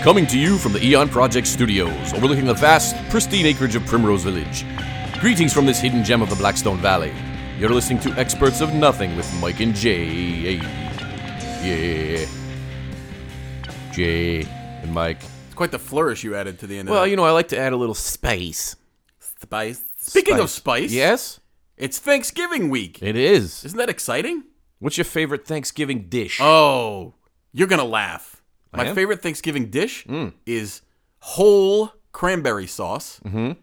Coming to you from the Eon Project studios, overlooking the vast, pristine acreage of Primrose Village. Greetings from this hidden gem of the Blackstone Valley. You're listening to Experts of Nothing with Mike and Jay. Yeah. Jay and Mike. It's quite the flourish you added to the end. Well, of you know, I like to add a little spice. that. spice. Speaking of spice, Yes? it's Thanksgiving week. It is. Uh, Isn't that exciting? What's your favorite Thanksgiving dish? Oh, you're gonna laugh. My am? favorite Thanksgiving dish is whole cranberry sauce,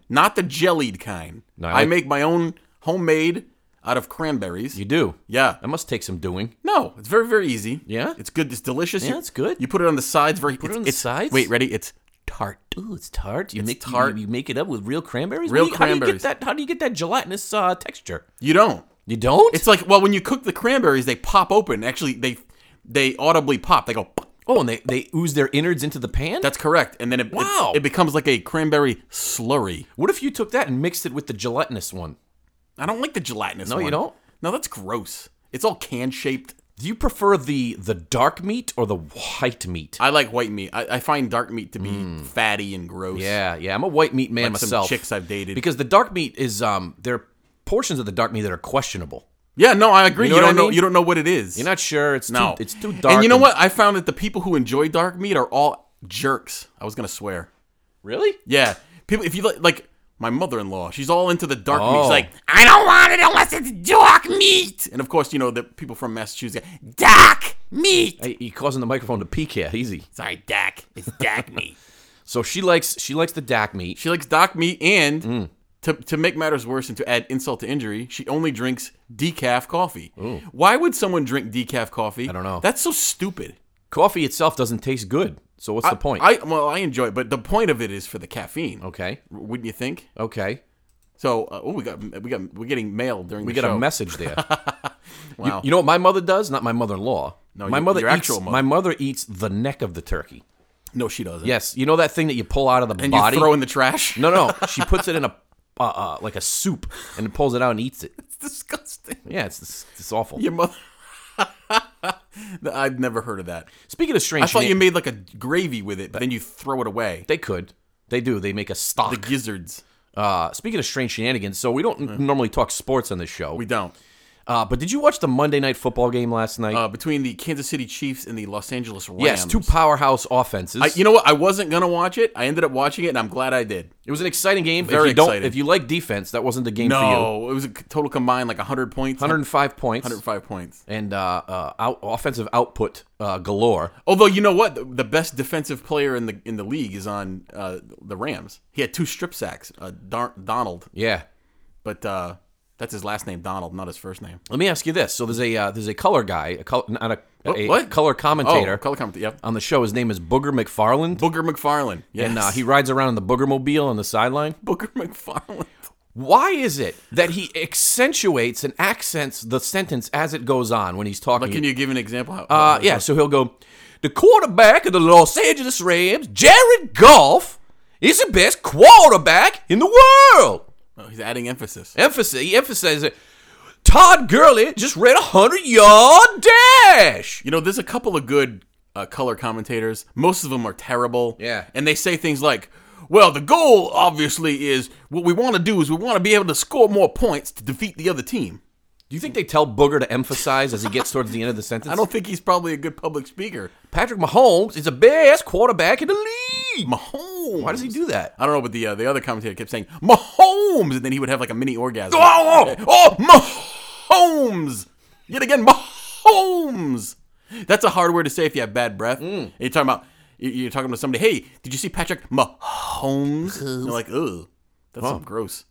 not the jellied kind. No, I I like- make my own homemade out of cranberries. you do. yeah. That must take some doing. No, it's very very easy. Yeah? It's good. It's delicious. Yeah, You- it's good. You put it on the sides. Very. it it's, on the it's- sides? Wait, ready? It's tart. Ooh, it's tart. You make tart. You, you make it up with real cranberries. Real What do you- cranberries. How do you get that? How do you get that gelatinous uh, texture? You don't. You don't. It's like well, when you cook the cranberries, they pop open. Actually, they they audibly pop. They go. oh, and they they ooze their innards into the pan. That's correct. And then it, it- Wow. it becomes like a cranberry slurry. what if you took that and mixed it with the gelatinous one? I don't like the gelatinous. No, you one. don't? No, that's gross. It's all can shaped. Do you prefer the the dark meat or the white meat? I like white meat. I, I find dark meat to be fatty and gross. Mm. yeah, yeah. I'm a white meat man Like some myself. chicks I've dated. because the dark meat is um there are portions of the dark meat that are questionable. yeah, no, I agree. You know You, what don't I know. mean? You don't know what it is. You're not sure. It's no, too, it's too dark. And you know what? I found that the people who enjoy dark meat are all jerks. I was gonna swear. Really? Yeah, people. If you li- like, my mother-in-law, she's all into the dark meat. Oh. She's like, I don't want it unless it's dark meat. And of course, you know the people from Massachusetts, go, dark meat. Hey, you're causing the microphone to peak here. Easy. Sorry, Dak. It's Dak meat. So she likes she likes the dark meat. She likes Doc meat, and Mm. to, to make matters worse and to add insult to injury, she only drinks decaf coffee. Why would someone drink decaf coffee? I don't know. That's so stupid. Coffee itself doesn't taste good. So what's the point? I well, I enjoy it, but the point of it is for the caffeine. okay. Wouldn't you think? Okay. So, uh, oh, we got we got we're getting mail during We the got show. a message there. You- Wow. You, know what my mother does? Not my mother-in-law. No, my your- mother your eats, actual mother. My mother eats the neck of the turkey. no, she doesn't. Yes, you know that thing that you pull out of the and body. you throw in the trash. no, no, she puts it in a uh, uh, like a soup and pulls it out and eats it. it's disgusting. Yeah, it's it's, it's awful. Your mother. I've never heard of that. Speaking of strange, I thought na- you made like a gravy with it, but then you throw it away. they could. They do. They make a stock. The gizzards. uh, speaking of strange shenanigans, so we don't n- normally talk sports on this show. We don't. uh, but did you watch the Monday Night Football game last night? uh, between the Kansas City Chiefs and the Los Angeles Rams. yes, two powerhouse offenses. I, you know what? I wasn't gonna watch it. I ended up watching it, and I'm glad I did. it was an exciting game. if Very you don't, exciting. if you like defense, that wasn't the game for you. No, it was a c- total combined like 100 points. 105 points 105 points. and uh, uh, out, offensive output uh, galore. Although you know what, the, the best defensive player in the in the league is on uh, the Rams. He had two strip sacks. Uh, Dar- Donald, Yeah. but uh, that's his last name, Donald, not his first name. Let me ask you this: so there's a uh, there's a color guy, a color, not a, a what? color Oh, commentator color commentator. Yep. on the show. His name is Booger McFarland, Booger McFarland. Yes. and uh, he rides around in the Booger Mobile on the sideline. Booger McFarland. Why is it that he accentuates and accents the sentence as it goes on when he's talking? Can you give an example? How, Uh, yeah, so he'll go, the quarterback of the Los Angeles Rams, Jared Goff, is the best quarterback in the world. Oh, he's adding emphasis. Emphasis, he emphasizes it. Todd Gurley just ran a 100 yard dash. You know, there's a couple of good uh, color commentators. Most of them are terrible. Yeah. And they say things like, well, the goal obviously is what we want to do is we want to be able to score more points to defeat the other team. Do you think they tell Booger to emphasize as he gets towards the end of the sentence? I don't think he's probably a good public speaker. Patrick Mahomes is the best quarterback in the league. Mahomes. Why does he do that? I don't know, but the uh, the other commentator kept saying Mahomes, and then he would have like a mini orgasm. Oh, oh, Mahomes! Yet again, Mahomes. That's a hard word to say if you have bad breath. Mm. And you're talking about you- you're talking to somebody. Hey, did you see Patrick Mahomes? And they're like, ugh, that's so gross.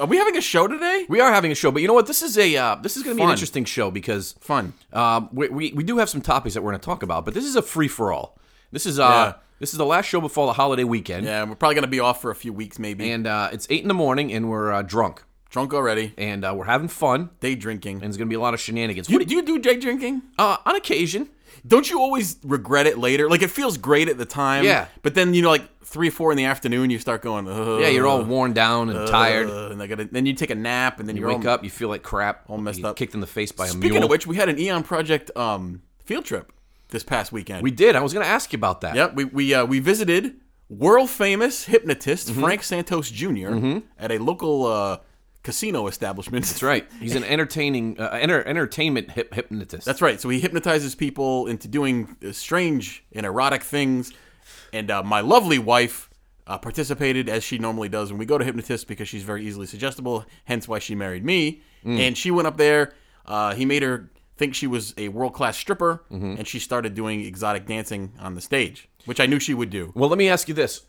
Are we having a show today? We are having a show, but you know what? This is a uh, this is going to be an Fun. interesting show because Fun. Um, we, we, we do have some topics that we're going to talk about, but this is a free for all. This is uh, Yeah. this is the last show before the holiday weekend, Yeah, we're probably gonna be off for a few weeks, maybe. and uh, it's eight in the morning, and we're uh, drunk, Drunk already, and uh, we're having fun, day drinking. and there's going to be a lot of shenanigans. You, do you do day drinking? uh, on occasion, Don't you always regret it later? Like it feels great at the time. Yeah. But then you know, like three, four in the afternoon, you start going. Ugh, yeah, you're all worn down and tired. ugh, and I gotta, then you take a nap, and then you are Wake uh, all, up, you feel like crap, all messed up. kicked in the face by a Speaking mule. of which, we had an Eon Project um, field trip. this past weekend. We did. I was going to ask you about that. Yep, we we uh, we visited world famous hypnotist Mm-hmm. Frank Santos junior at a local uh, casino establishment. That's right. He's an entertaining uh, enter, entertainment hip, hypnotist. That's right. So he hypnotizes people into doing uh, strange and erotic things. And uh, my lovely wife uh, participated as she normally does when we go to hypnotists because she's very easily suggestible, hence why she married me. And she went up there. Uh, he made her think she was a world class stripper, and she started doing exotic dancing on the stage, which I knew she would do. well, let me ask you this.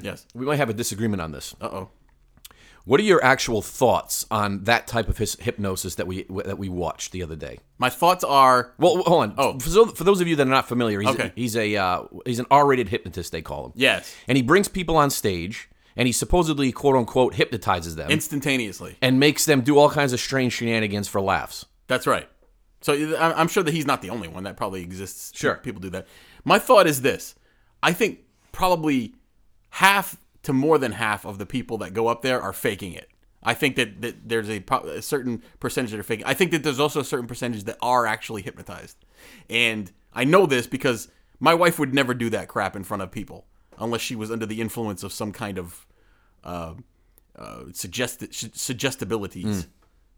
Yes. We might have a disagreement on this. Uh oh. What are your actual thoughts on that type of his hypnosis that we that we watched the other day? My thoughts are Well, hold on. Oh. for, so, for those of you that are not familiar, he's Okay. he's a uh, he's an R-rated hypnotist. They call him. yes, And he brings people on stage, and he supposedly quote unquote hypnotizes them instantaneously. and makes them do all kinds of strange shenanigans for laughs. That's right. So I- I'm sure that he's not the only one. That probably exists. Sure. People do that. My thought is this I think probably half to more than half of the people that go up there are faking it. I think that, that there's a, pro- a certain percentage that are faking. I think that there's also a certain percentage that are actually hypnotized. And I know this because my wife would never do that crap in front of people unless she was under the influence of some kind of uh, uh, suggest- suggestibilities.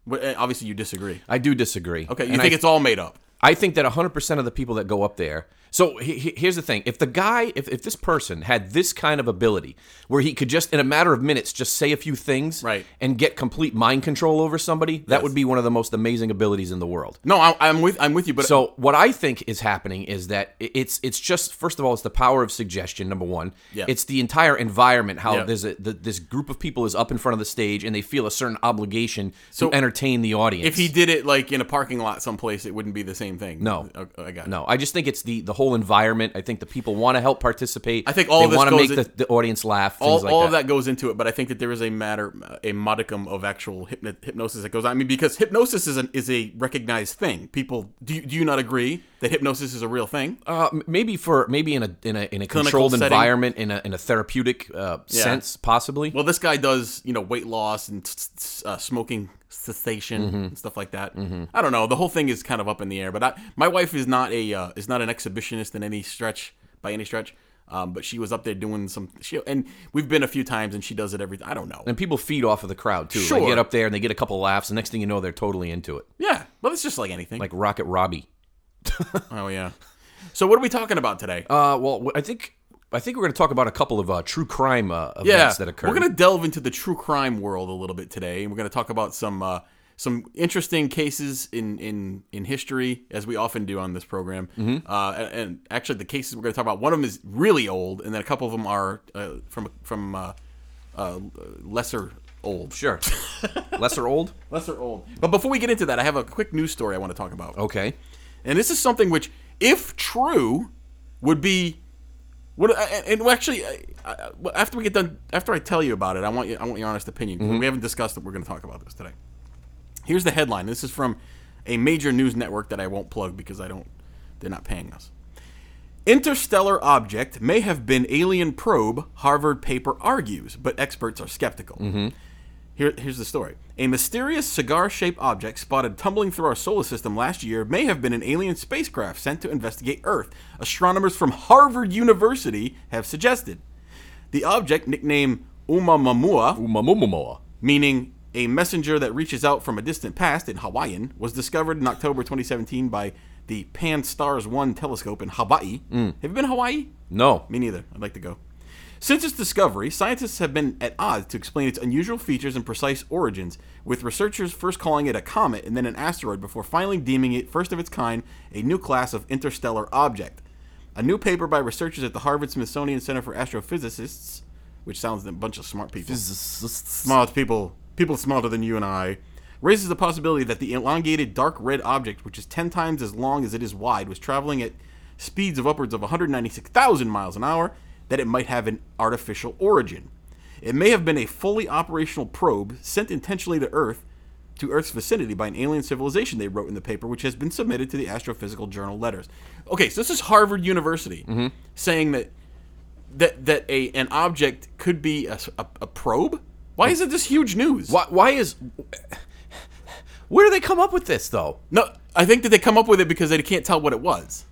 But, uh, obviously, you disagree. I do disagree. Okay, you And think I, it's all made up? I think that 100% of the people that go up there. So he, he- here's the thing. If the guy, if, if this person had this kind of ability where he could just, in a matter of minutes, just say a few things Right. and get complete mind control over somebody, that would be one of the most amazing abilities in the world. No, I, I'm with I'm with you, but So what I think is happening is that i- it's it's just first of all it's the power of suggestion number one. Yeah. It's the entire environment how Yeah. there's a the, this group of people is up in front of the stage and they feel a certain obligation So, to entertain the audience. if he did it like in a parking lot someplace, it wouldn't be the same thing. No. Oh, I got it. no, I just think it's the the whole environment. I think the people want to help participate. I think all they of this want to goes make the, the audience laugh. All, things like all that. of that goes into it, but I think that there is a matter, a modicum of actual hypno- hypnosis that goes on. I mean, because hypnosis is an, is a recognized thing. People, do you, do you not agree that hypnosis is a real thing? Uh, m- maybe for maybe in a in a in a controlled setting. environment in a in a therapeutic uh, sense possibly. Well, this guy does, you know, weight loss and s- s- uh, smoking cessation and stuff like that. I don't know. The whole thing is kind of up in the air. But I, my wife is not a uh, is not an exhibitionist in any stretch by any stretch. Um, but she was up there doing some. She, and we've been a few times, and she does it every. I don't know. and people feed off of the crowd too. They Sure. get up there and they get a couple laughs, and next thing you know, they're totally into it. Yeah, but it's just like anything. like Rocket Robbie. oh yeah. So what are we talking about today? Uh, well, w- I think I think we're going to talk about a couple of uh, true crime uh, events yeah, that occurred. we're gonna delve into the true crime world a little bit today, and we're gonna talk about some uh, some interesting cases in in in history, as we often do on this program. Mm-hmm. Uh, and, and actually, the cases we're gonna talk about, one of them is really old, and then a couple of them are uh, from from uh, uh, lesser old. sure. Lesser old. Lesser old. But before we get into that, I have a quick news story I want to talk about. Okay. And this is something which, if true, would be. What, and actually, I- I- after we get done, after I tell you about it, I want you, I want your honest opinion. 'cause We haven't discussed that we're going to talk about this today. Here's the headline. This is from a major news network that I won't plug because I don't, they're not paying us. Interstellar object may have been alien probe, Harvard paper argues, but experts are skeptical. Here, here's the story. A mysterious cigar shaped object spotted tumbling through our solar system last year may have been an alien spacecraft sent to investigate Earth, astronomers from Harvard University have suggested. The object, nicknamed Umamamua, Umamumamoa. meaning a messenger that reaches out from a distant past in Hawaiian, was discovered in October 2017 by the Pan Stars 1 telescope in Hawaii. Have you been to Hawaii? No. Me neither. I'd like to go. Since its discovery, scientists have been at odds to explain its unusual features and precise origins, with researchers first calling it a comet and then an asteroid before finally deeming it first of its kind, a new class of interstellar object. A new paper by researchers at the Harvard Smithsonian Center for Astrophysicists, which sounds like a bunch of smart people smart people, people smarter than you and I, raises the possibility that the elongated dark red object, which is 10 times as long as it is wide, was traveling at speeds of upwards of 196,000 miles an hour, that it might have an artificial origin. It may have been a fully operational probe sent intentionally to Earth, to Earth's vicinity by an alien civilization, they wrote in the paper, which has been submitted to the Astrophysical Journal Letters. Okay, so this is Harvard University saying that that that a an object could be a, s- a- a probe? Why is it this huge news? Why, why is? Where do they come up with this though? No, I think that they come up with it because they can't tell what it was.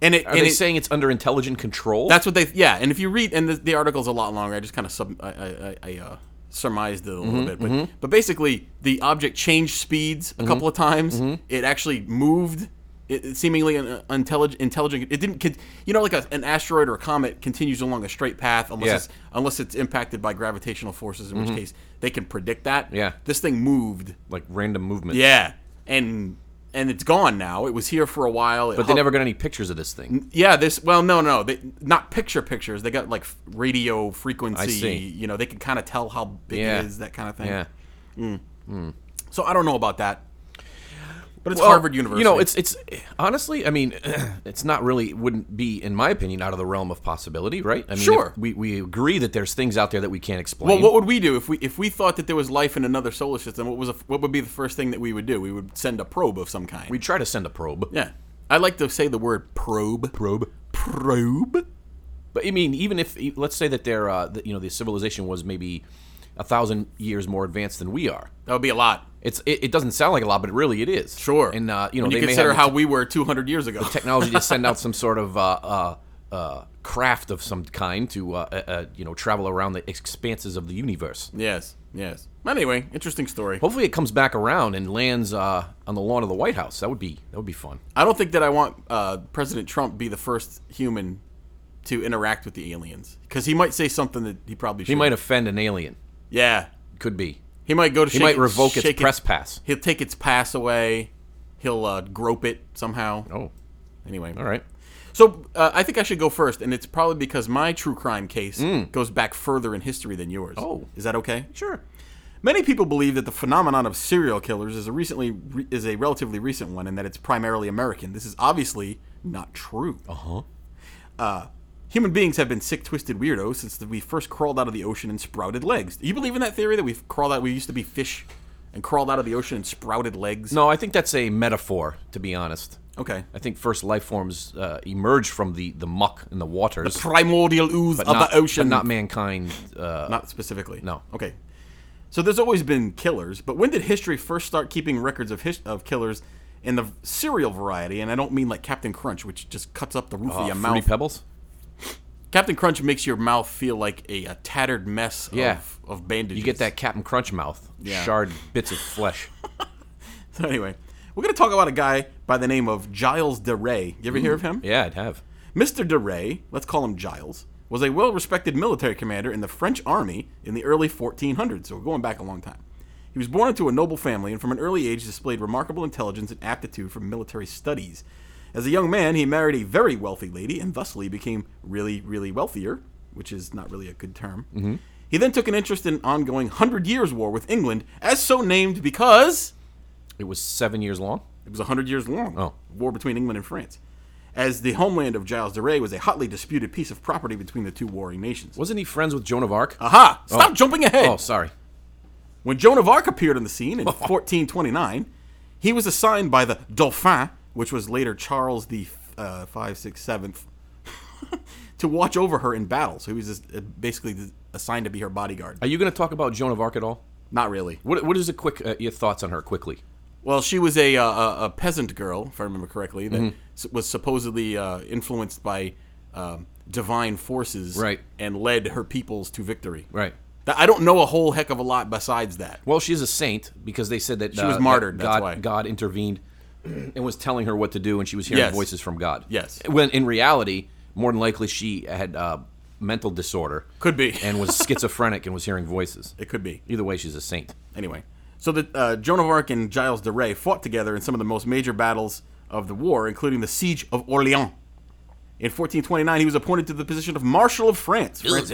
And it Are and they it- saying it's under intelligent control? that's what they yeah. And if you read and the, the article's a lot longer, I just kind of sub I, I, I uh, surmised it a little Mm-hmm, bit, but but basically the object changed speeds a Mm-hmm, couple of times. It actually moved. It, it seemingly an intelligent, intelligent. It didn't, con- you know, like a, an asteroid or a comet continues along a straight path unless Yeah. Mm-hmm. it's unless it's impacted by gravitational forces, in which case they can predict that. Yeah. this thing moved. like random movement. Yeah, and and it's gone now. It was here for a while. It But they hung- never got any pictures of this thing. yeah, this. Well, no, no, they not picture pictures. They got like f- radio frequency. see. You know, they can kind of tell how big Yeah. it is, that kind of thing. Yeah. So I don't know about that, but it's Well, Harvard University. You know, it's it's honestly, I mean, it's not really wouldn't be, in my opinion, out of the realm of possibility, right? I mean, if Sure. We, we agree that there's things out there that we can't well, explain. what would we do if we if we thought that there was life in another solar system? What was a, what would be the first thing that we would do? We would send a probe of some kind. we try to send a probe. yeah, I like to say the word probe. Probe. Probe. But I mean, even if e, let's say that their uh, the, you know the civilization was maybe a thousand years more advanced than we are, That would be a lot. it's it, it doesn't sound like a lot, but really it is. Sure. And uh, you know When they you consider may have how we were 200 years ago. the technology to send out some sort of uh, uh, uh, craft of some kind to uh, uh, uh, you know travel around the expanses of the universe. yes. Yes. Anyway, interesting story. Hopefully, it comes back around and lands uh, on the lawn of the White House. That would be that would be fun. I don't think that I want uh, President Trump be the first human to interact with the aliens because he might say something that he probably should. He might offend an alien. Yeah, Could be. he might go to. He might revoke its press pass. He'll take its pass away. He'll uh, grope it somehow. Oh, Anyway, all right. So uh, I think I should go first, and it's probably because my true crime case goes back further in history than yours. Mm. Oh. is that okay? Sure. Many people believe that the phenomenon of serial killers is a recently is a relatively recent one, and that it's primarily American. This is obviously not true. Uh-huh. Uh, Human beings have been sick, twisted weirdos since we first crawled out of the ocean and sprouted legs. Do you believe in that theory that we've crawled out? We used to be fish, and crawled out of the ocean and sprouted legs. No, I think that's a metaphor. To be honest, Okay. I think first life forms uh, emerge from the the muck and the waters Primordial ooze of not, the ocean. but not mankind. Uh, Not specifically. No. Okay. So there's always been killers, but when did history first start keeping records of his- of killers in the cereal variety? And I don't mean like Captain Crunch, which just cuts up the roof of uh, your fruity mouth. pebbles. Captain Crunch makes your mouth feel like a, a tattered mess Yeah. of, of bandages. You get that Captain Crunch mouth, Yeah. shard bits of flesh. So anyway, we're going to talk about a guy by the name of Giles DeRay. You ever Mm. hear of him? Yeah, I'd have. Mr. DeRay, let's call him Giles, was a well-respected military commander in the French army in the early 1400s, so we're going back a long time. He was born into a noble family and from an early age displayed remarkable intelligence and aptitude for military studies. As a young man, he married a very wealthy lady and thusly became really, really wealthier, which is not really a good term. He then took an interest in ongoing Hundred Years' War with England, as so named because It was seven years long. it was 100 years long. Oh. War between England and France. As the homeland of Giles de Rais was a hotly disputed piece of property between the two warring nations. Wasn't he friends with Joan of Arc? Aha! Uh, Stop jumping ahead! oh, sorry. When Joan of Arc appeared on the scene in 1429, he was assigned by the Dauphin, which was later Charles the uh, 5, 6, 7th, to watch over her in battle. So he was just, uh, basically assigned to be her bodyguard. Are you going to talk about Joan of Arc at all? Not really. What What is a quick uh, your thoughts on her quickly? Well, she was a uh, a, a peasant girl, if I remember correctly, that Mm-hmm. s was supposedly uh, influenced by um, divine forces, Right. and led her peoples to victory. Right. Th- I don't know a whole heck of a lot besides that. Well, she is a saint because they said that she was martyred, that's God, why. God intervened and was telling her what to do, and she was hearing Yes. voices from God. Yes. When in reality, more than likely, she had uh, mental disorder. Could be. and was schizophrenic and was hearing voices. It could be. Either way, she's a saint. Anyway, so the uh, Joan of Arc and Giles de Rais fought together in some of the most major battles of the war, including the siege of Orleans. In 1429, he was appointed to the position of Marshal of France. France-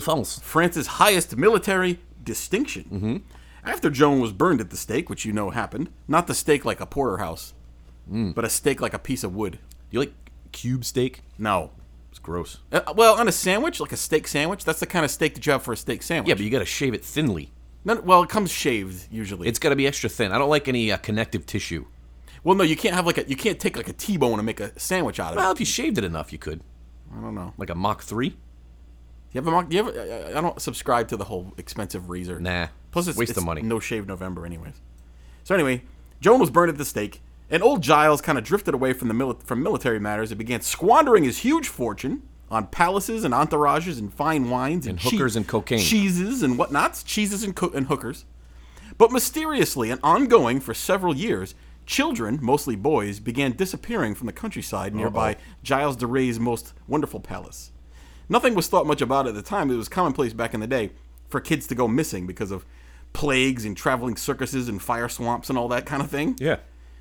France's highest military distinction. Mm-hmm. After Joan was burned at the stake, which you know happened, not the stake like a porterhouse, but a stake like a piece of wood. You like cube steak? No. It's gross. Uh, well, on a sandwich, like a steak sandwich, that's the kind of steak that you have for a steak sandwich. Yeah, but you got to shave it thinly. No, well, it comes shaved usually. It's got to be extra thin. I don't like any uh, connective tissue. well, no, you can't have like a you can't take like a T-bone and make a sandwich out of it. Well, if you shaved it enough, you could. I don't know. Like a Mach 3? You have a mock? You have? A, I- I don't subscribe to the whole expensive razor. Nah. Plus, it's Waste of it's money. No shave November, anyways. So anyway, Joan was burned at the stake. And old Giles kind of drifted away from the mili- from military matters and began squandering his huge fortune on palaces and entourages and fine wines and, And hookers and cocaine. cheeses and whatnots, cheeses and, co- and hookers. But mysteriously and ongoing for several years, children, mostly boys, began disappearing from the countryside nearby Giles de Ray's most wonderful palace. Nothing was thought much about at the time. It was commonplace back in the day for kids to go missing because of plagues and traveling circuses and fire swamps and all that kind of thing. Yeah.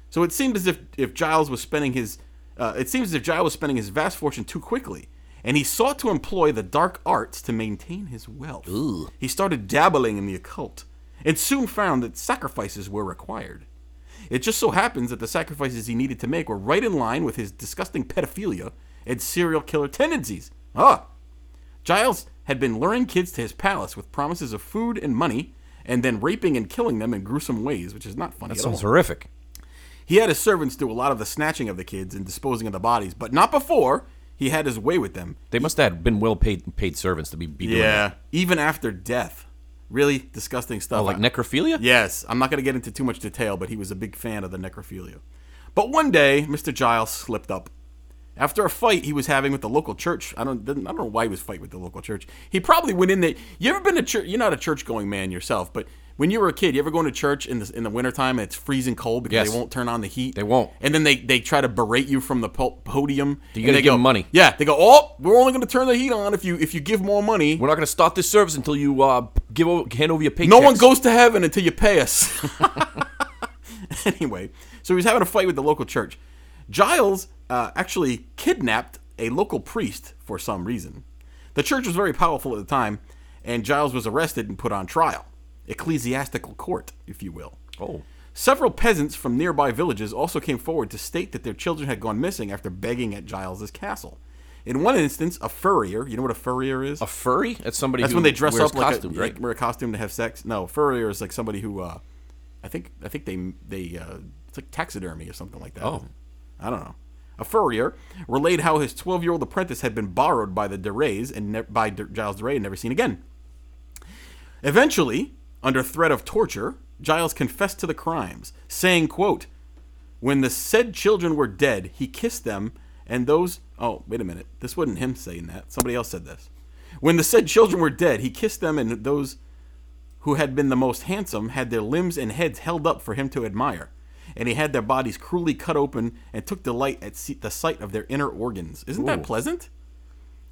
So it seemed as if if Giles was spending his uh, it seems as if Giles was spending his vast fortune too quickly, and he sought to employ the dark arts to maintain his wealth. He started dabbling in the occult, and soon found that sacrifices were required. It just so happens that the sacrifices he needed to make were right in line with his disgusting pedophilia and serial killer tendencies. Ah, Giles had been luring kids to his palace with promises of food and money, and then raping and killing them in gruesome ways, which is not funny That at all. sounds horrific. He had his servants do a lot of the snatching of the kids and disposing of the bodies, but not before he had his way with them. They must have been well paid paid servants to be, be doing that. Even after death. Really disgusting stuff. Oh, like necrophilia? Yes, I'm not going to get into too much detail, but he was a big fan of the necrophilia. But one day, Mr. Giles slipped up. After a fight he was having with the local church, I don't, didn't- I don't know why he was fighting with the local church. He probably went in there. You ever been to church? You're not a church going man yourself, but when you were a kid, you ever going to church in the in the wintertime and it's freezing cold because Yes. they won't turn on the heat. They won't. And then they, they try to berate you from the po- podium. You and gotta they give go, 'em money. Yeah, they go, oh, we're only going to turn the heat on if you if you give more money. We're not going to start this service until you uh, give over, hand over your paychecks. No one goes to heaven until you pay us. anyway, so he was having a fight with the local church. Giles uh, actually kidnapped a local priest for some reason. The church was very powerful at the time, and Giles was arrested and put on trial. Ecclesiastical court, if you will. Oh, Several peasants from nearby villages also came forward to state that their children had gone missing after begging at Giles's castle. In one instance, a furrier, you know what a furrier is? a furry? That's somebody That's who when they dress wears up like costumes, a, right? like, wear a costume to have sex. No, furrier is like somebody who, uh, I think, I think they they uh, it's like taxidermy or something like that. Oh. I don't know. A furrier relayed how his twelve-year-old apprentice had been borrowed by the DeRays and ne- by De- Giles DeRay and never seen again. Eventually, under threat of torture, Giles confessed to the crimes, saying, quote, When the said children were dead, he kissed them, and those oh, wait a minute. This wasn't him saying that. Somebody else said this. When the said children were dead, he kissed them, and those who had been the most handsome had their limbs and heads held up for him to admire, and he had their bodies cruelly cut open and took delight at se- the sight of their inner organs. Isn't that Ooh. pleasant?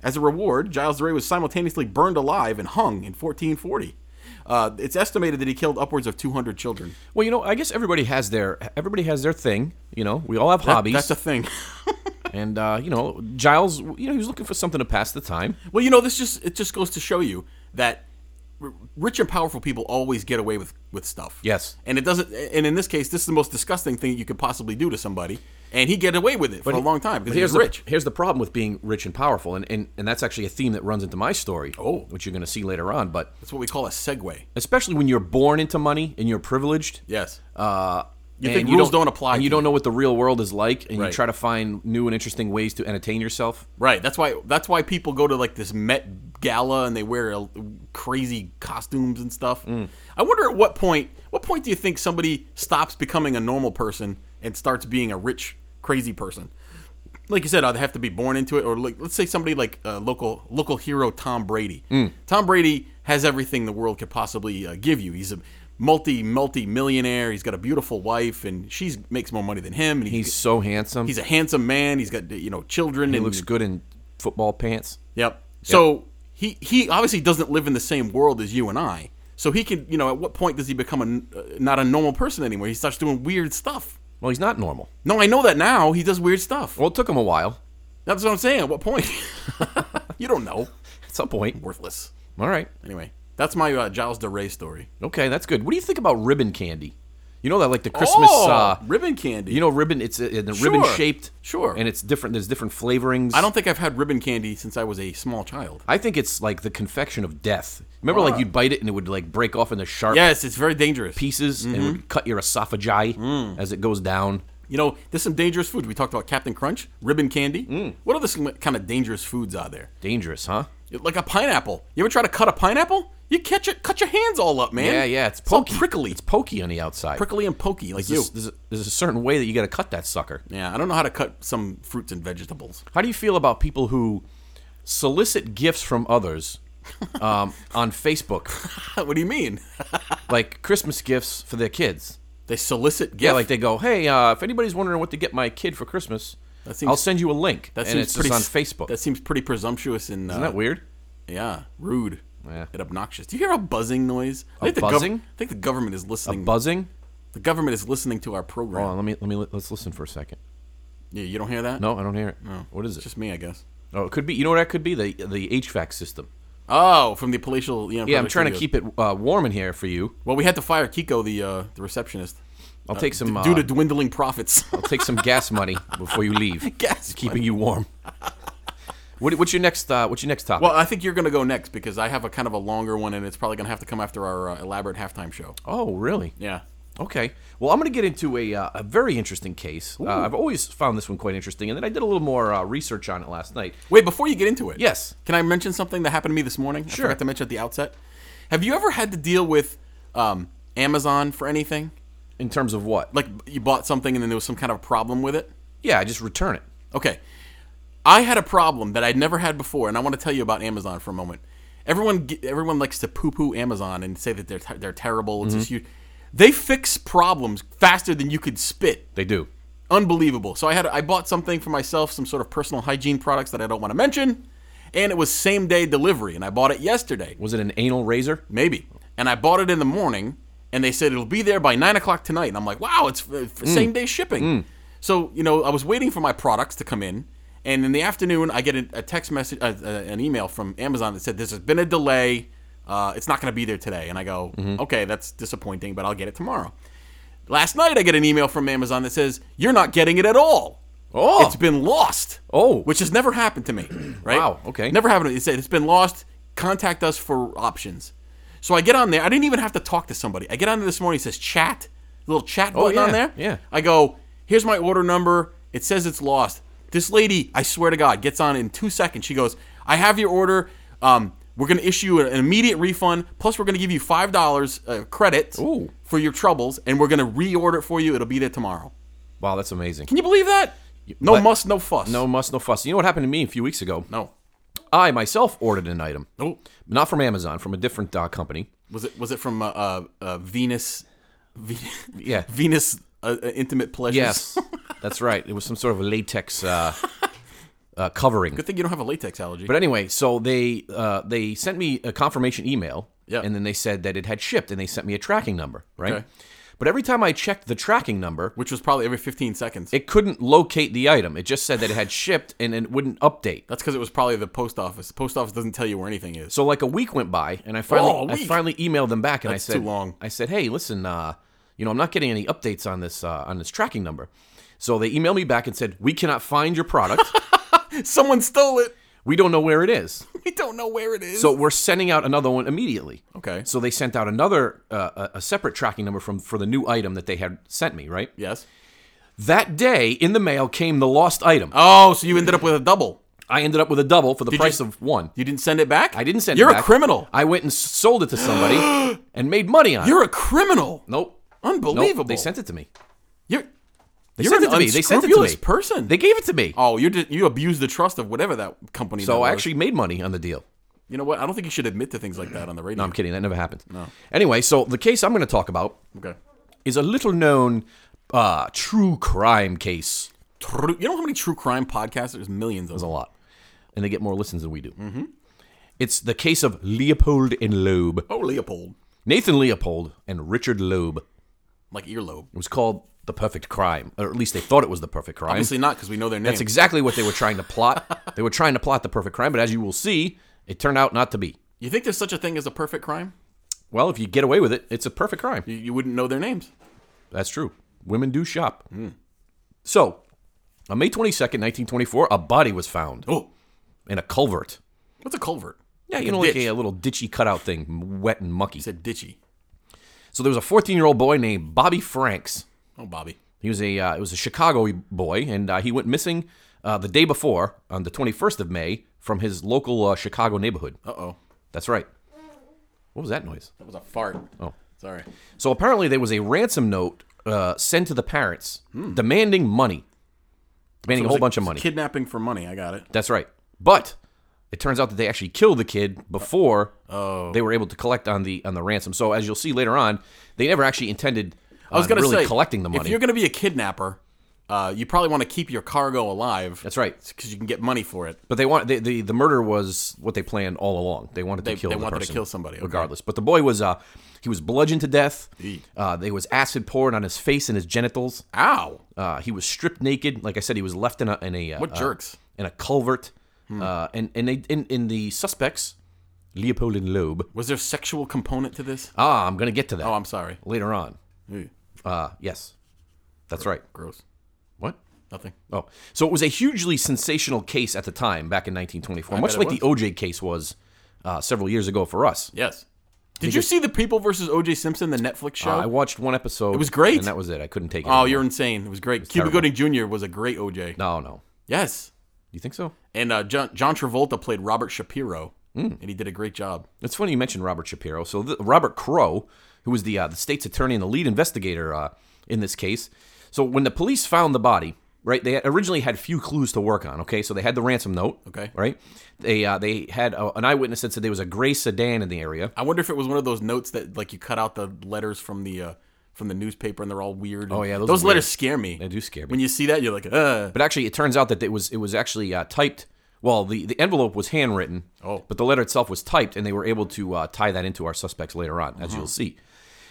As a reward, Giles DeRay was simultaneously burned alive and hung in 1440. Uh, it's estimated that he killed upwards of 200 children. Well, you know, I guess everybody has their everybody has their thing. You know, we all have hobbies, That's a thing. and uh, you know, Giles, you know, he was looking for something to pass the time. well, you know, this just it just goes to show you that r- rich and powerful people always get away with with stuff. Yes. and it doesn't. And in this case, this is the most disgusting thing you could possibly do to somebody, and he get away with it for a long time because But here's he's rich. The, here's the problem with being rich and powerful, and, and, and that's actually a theme that runs into my story, Oh. which you're going to see later on. But That's what we call a segue. especially when you're born into money and you're privileged, Yes. uh, You and think rules don't apply and you to don't know what the real world is like, and Right. you try to find new and interesting ways to entertain yourself. Right. That's why. That's why people go to like this Met Gala and they wear uh, crazy costumes and stuff. Mm. I wonder at what point. What point do you think somebody stops becoming a normal person and starts being a rich crazy person? Like you said, I'd have to be born into it, or like, let's say somebody like uh, local local hero Tom Brady. Mm. Tom Brady has everything the world could possibly uh, give you. He's a multi multi millionaire. He's got a beautiful wife, and she makes more money than him. And he's He's so handsome. he's a handsome man. He's got you know children. he and looks good in football pants. Yep. So he he obviously doesn't live in the same world as you and I. So he can, you know, at what point does he become a n- uh, not a normal person anymore? He starts doing weird stuff. Well, he's not normal. No, I know that now. He does weird stuff. Well, it took him a while. That's what I'm saying. At what point? you don't know. At some point. Worthless. All right. Anyway, that's my uh, Giles DeRay story. Okay, that's good. What do you think about ribbon candy? You know that like the Christmas, oh, uh, ribbon candy. you know ribbon. It's uh, the ribbon shaped, Sure. and it's different. There's different flavorings. I don't think I've had ribbon candy since I was a small child. I think it's like the confection of death. Remember, Uh. like you'd bite it and it would like break off into sharp Yes, it's very dangerous. pieces Mm-hmm. and it would cut your esophagi Mm. as it goes down. You know, there's some dangerous Mm. foods. We talked about Captain Crunch, ribbon candy. What other some kind of dangerous foods are there? Dangerous, huh? like a pineapple. You ever try to cut a pineapple? You catch it, cut your hands all up, man. Yeah, yeah, it's all pokey. prickly. It's pokey on the outside. prickly and pokey, like you. There's, there's, a, there's a certain way that you got to cut that sucker. Yeah, I don't know how to cut some fruits and vegetables. How do you feel about people who solicit gifts from others um, on Facebook, what do you mean? like Christmas gifts for their kids? they solicit gifts. Yeah, like they go, hey, uh, if anybody's wondering what to get my kid for Christmas, That seems- I'll send you a link. and it's just on s- Facebook. That seems pretty presumptuous and uh, Isn't that weird? yeah, rude Yeah. and obnoxious. Do you hear a buzzing noise? I think the gov- buzzing? I think the government is listening. Buzzing? the government is listening to our program. Hold on, let me let me let's listen for a second. Yeah, you don't hear that? No, I don't hear it. What is it? it's just me, I guess. oh, it could be. You know what that could be? The the HVAC system. Oh, from the palatial. Yeah, Yeah, I'm trying to keep it uh, warm in here for you. Well, we had to fire Kiko, the uh, the receptionist, I'll take some due to uh, dwindling profits. I'll take some gas money before you leave. Gas keeping you warm. What, what's your next? Uh, what's your next topic? well, I think you're gonna go next because I have a kind of a longer one, and it's probably gonna have to come after our uh, elaborate halftime show. oh, really? Yeah. Okay. Well, I'm going to get into a, uh, a very interesting case. Uh, I've always found this one quite interesting, and then I did a little more uh, research on it last night. Wait, before you get into it. Yes. Can I mention something that happened to me this morning? I forgot to mention at the outset. Have you ever had to deal with um, Amazon for anything? In terms of what? Like you bought something and then there was some kind of problem with it? yeah, I just return it. Okay. I had a problem that I'd never had before, and I want to tell you about Amazon for a moment. Everyone, ge- everyone likes to poo-poo Amazon and say that they're ter- they're terrible. It's just huge. They fix problems faster than you could spit. They do. Unbelievable. So I had I bought something for myself, some sort of personal hygiene products that I don't want to mention, and it was same day delivery, and I bought it yesterday. Was it an anal razor? Maybe. And I bought it in the morning, and they said it'll be there by nine o'clock tonight. And I'm like, wow, it's f- f- Mm. same day shipping. So you know, I was waiting for my products to come in, and in the afternoon, I get a, a text message, uh, uh, an email from Amazon that said there's been a delay. Uh, it's not going to be there today. And I go, Mm-hmm. okay, that's disappointing, but I'll get it tomorrow. Last night, I get an email from Amazon that says you're not getting it at all. Oh. it's been lost. Oh. which has never happened to me. Right? Wow, okay. Never happened. to me. It said it's been lost. Contact us for options. So I get on there. I didn't even have to talk to somebody. I get on there this morning. It says chat, little chat button on Oh, yeah, there. yeah. I go, here's my order number. It says it's lost. This lady, I swear to God, gets on in two seconds. She goes, I have your order. Um, we're gonna issue an immediate refund. Plus, we're gonna give you five dollars uh, credit Ooh. for your troubles, and we're gonna reorder it for you. It'll be there tomorrow. Wow, that's amazing. Can you believe that? No but- muss, no fuss. No muss, no fuss. You know what happened to me a few weeks ago? no. I myself ordered an item. Oh. Not from Amazon, from a different uh, company. Was it was it from uh, uh, uh, Venus? Ve- Yeah. Venus uh, uh, intimate pleasures. Yes, that's right. It was some sort of a latex uh, uh, covering. Good thing you don't have a latex allergy. But anyway, so they uh, they sent me a confirmation email, Yeah. and then they said that it had shipped, and they sent me a tracking number, right? Okay. But every time I checked the tracking number, which was probably every 15 seconds. it couldn't locate the item. It just said that it had shipped, and it wouldn't update. That's because it was probably the post office. The post office doesn't tell you where anything is. So like a week went by, and I finally Oh, a I week. finally emailed them back, and That's I said, too long. I said, hey, listen, uh, you know, I'm not getting any updates on this uh, on this tracking number. So they emailed me back and said, we cannot find your product. Someone stole it. we don't know where it is. We don't know where it is. So we're sending out another one immediately. okay. So they sent out another uh, a a separate tracking number from for the new item that they had sent me. Right yes. that day in the mail came the lost item. Oh, so you ended up with a double. I ended up with a double for the price you- of one. You didn't send it back. I didn't send. You're it a back. criminal. I went and sold it to somebody and made money on it. You're a criminal. Nope. Unbelievable. Nope. They sent it to me. You're. They You're sent an it to me. They sent it to unscrupulous me. person. They gave it to me. oh, you just you abused the trust of whatever that company. that so I was. actually made money on the deal. you know what? I don't think you should admit to things like that on the radio. I'm kidding. That never happened. No. Anyway, so the case I'm going to talk about okay. is a little known uh, true crime case. True, you know how many true crime podcasts? There's millions of a them. lot, and they get more listens than we do. Mm-hmm. It's the case of Leopold and Loeb, Oh, Leopold, Nathan Leopold and Richard Loeb. It like earlobe. was called the perfect crime, or at least they thought it was the perfect crime. Obviously not because we know their name. That's exactly what they were trying to plot. they were trying to plot the perfect crime, but as you will see, it turned out not to be. you think there's such a thing as a perfect crime? Well, if you get away with it, it's a perfect crime. You, you wouldn't know their names. That's true. Women do shop. So, on May 22nd, 1924, a body was found Oh, in a culvert. what's a culvert? Yeah, Like you a know, like ditch. a, uh, a little ditchy cutout thing, wet and mucky. He said ditchy. So there was a 14 year old boy named Bobby Franks. Oh, Bobby. He was a uh, it was a Chicago boy, and uh, he went missing uh, the day before on the 21st of May from his local uh, Chicago neighborhood. Uh oh. That's right. What was that noise? That was a fart. Oh. Sorry. So apparently there was a ransom note uh, sent to the parents Hmm. demanding money, demanding a whole bunch of money. Kidnapping for money. I got it. That's right. But it turns out that they actually killed the kid before Oh. they were able to collect on the on the ransom. So as you'll see later on, they never actually intended I was gonna really say collecting the money. If you're gonna be a kidnapper, uh, you probably want to keep your cargo alive. That's right. because you can get money for it. But they want they, the the murder was what they planned all along. They wanted to They- kill. they the wanted to person, kill somebody, okay. regardless. But the boy was uh he was bludgeoned to death. Uh, there was acid poured on his face and his genitals. Ow! Uh, he was stripped naked. Like I said, he was left in a in a uh, What uh, jerks. Hmm. in a culvert. Uh, and and they in, in the suspects, Leopold and Loeb. Was there sexual component to this? Ah, I'm gonna get to that Oh, I'm sorry. later on. Ew, Uh, yes, that's right. gross. What? Nothing. Oh, so it was a hugely sensational case at the time, back in 1924, much bet like it the OJ case was uh, several years ago for us. Yes. Did you see the People versus O.J. Simpson, the Netflix show? I watched one episode. It Oh. was great. and that was it. I couldn't take it. oh, anymore. you're insane! It was great. Cuba Gooding Jr. was a great O.J. no, no. Yes. You think so? And uh, John, John Travolta played Robert Shapiro, Hmm. and he did a great job. It's funny you mentioned Robert Shapiro. So th Robert Crow, who was the uh, the state's attorney and the lead investigator uh, in this case. So when the police found the body, right, they originally had few clues to work on. Okay, so they had the ransom note. Okay. right. They uh, they had uh an eyewitness that said there was a gray sedan in the area. I wonder if it was one of those notes that like you cut out the letters from the uh, from the newspaper and they're all weird. Oh, yeah, those those, are weird. letters scare me. They do scare me. When you see that, you're like, uh. But actually, it turns out that it was it was actually uh, typed. Well, the, the envelope was handwritten, Oh. but the letter itself was typed, and they were able to uh, tie that into our suspects later on, Uh-huh. as you'll see.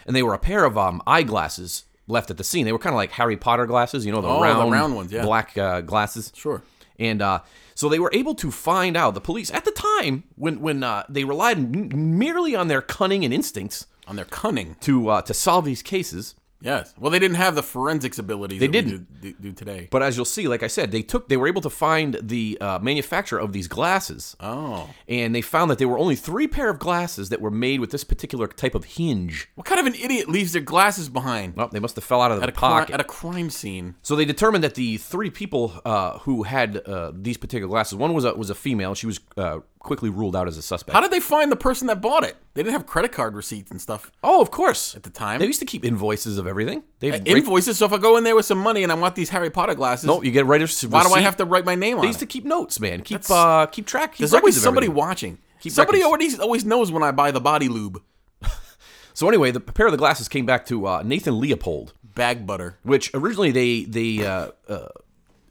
And they were a pair of um, eyeglasses left at the scene. They were kind of like Harry Potter glasses, you know, the, Oh, the round, round ones, yeah. black uh, glasses. Sure. And uh, so they were able to find out the police at the time when when uh, they relied m- merely on their cunning and instincts On their cunning. to uh, to solve these cases. Yes. Well, they didn't have the forensics abilities. They didn't. do, do, do today. But as you'll see, like I said, they took they were able to find the uh, manufacturer of these glasses. oh, and they found that there were only three pair of glasses that were made with this particular type of hinge. what kind of an idiot leaves their glasses behind Well, they must have fell out of the at a cri- pocket. at a crime scene? so they determined that the three people uh, who had uh, these particular glasses, one was a, was a female. She was uh, quickly ruled out as a suspect. How did they find the person that bought it? They didn't have credit card receipts and stuff oh, of course. Uh, at the time. They used to keep invoices of everything. They have Invoices. So if I go in there with some money and I want these Harry Potter glasses, no, oh, you get right. Receipt. why do I have to write my name on They it? used to keep notes, man. Keep uh, keep track. Keep There's always records of somebody everything. watching. somebody already always knows when I buy the body lube, So anyway, the pair of the glasses came back to uh, Nathan Leopold. bag butter. which originally they they uh, uh,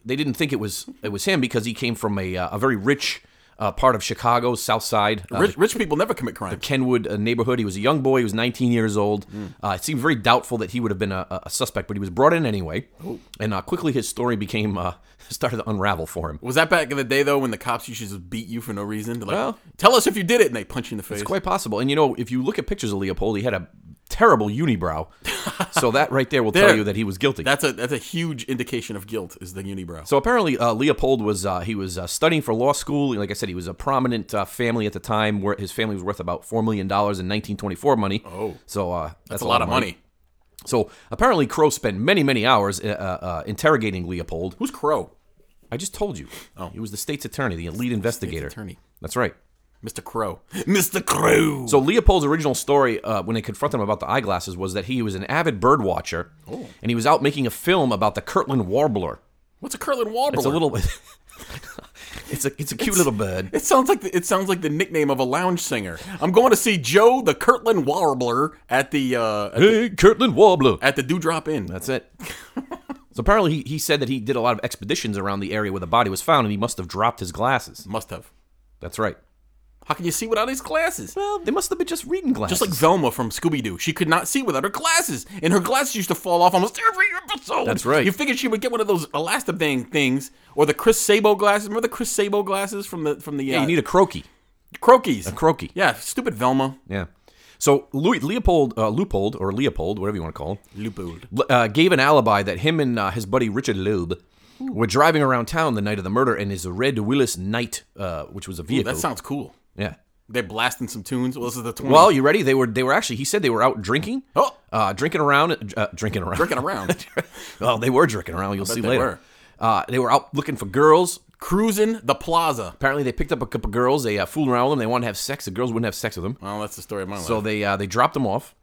they didn't think it was it was him because he came from a uh, a very rich uh, part of Chicago, South Side, uh, Rich, rich people never commit crime. Kenwood uh, neighborhood. He was a young boy. He was 19 years old. Uh, it seemed very doubtful that he would have been a, a- a suspect, but he was brought in anyway. And uh, quickly his story became uh, started to unravel for him. Was that back in the day though when the cops used to just beat you for no reason? They're like, Well- tell us if you did it, and they punch you in the face. It's quite possible. And you know, if you look at pictures of Leopold, he had a terrible unibrow. so that right there will tell There. you that he was guilty. that's a that's a huge indication of guilt is the unibrow. So apparently, uh, Leopold was uh, he was uh, studying for law school. Like I said, he was a prominent uh, family at the time. Where his family was worth about four million dollars in 1924 money. Oh. so uh, that's, that's a lot of money. So apparently, Crow spent many many hours uh, uh, interrogating Leopold. Who's Crow? I just told you, oh. he was the state's attorney, the lead investigator. attorney. That's right. Mr. Crow. Mr. Crow. So Leopold's original story, uh, when they confronted him about the eyeglasses, was that he was an avid bird watcher, Oh. and he was out making a film about the Kirtland warbler. What's a curling warbler? It's a little, it's a it's a cute little bird. It sounds like the, it sounds like the nickname of a lounge singer. I'm going to see Joe the Kirtland Warbler at the uh, at, the, Hey, Kirtland Warbler. at the Dewdrop Inn. That's it. so apparently he, he said that he did a lot of expeditions around the area where the body was found and he must have dropped his glasses. Must have. That's right. How can you see without his glasses? Well, they must have been just reading glasses. Just like Velma from Scooby Doo, she could not see without her glasses, and her glasses used to fall off almost every episode. That's right. You figured she would get one of those elastaband things, or the Chris Sabo glasses. Remember the Chris Sabo glasses from the from the uh, yeah, you need a croaky. croakies. Croaky. yeah, stupid Velma. Yeah. So Louis, Leopold, uh, Leupold, or Leopold, whatever you want to call him, Lupold. l- uh, gave an alibi that him and uh, his buddy Richard Loeb were driving around town the night of the murder in his Red Willis Knight, uh, which was a vehicle. That sounds cool. yeah. They're blasting some tunes. Well, this is the 20s. Well, you ready? They were. They were actually. He said they were out drinking. Oh. Uh, drinking around. Uh, drinking around. Drinking around. well, they were drinking around. You'll see they later. were. Uh, they were out looking for girls, cruising the plaza. Apparently, they picked up a couple girls. They uh, fooled around with them. They wanted to have sex. The girls wouldn't have sex with them, Well, that's the story of my life. so they uh, they dropped them off,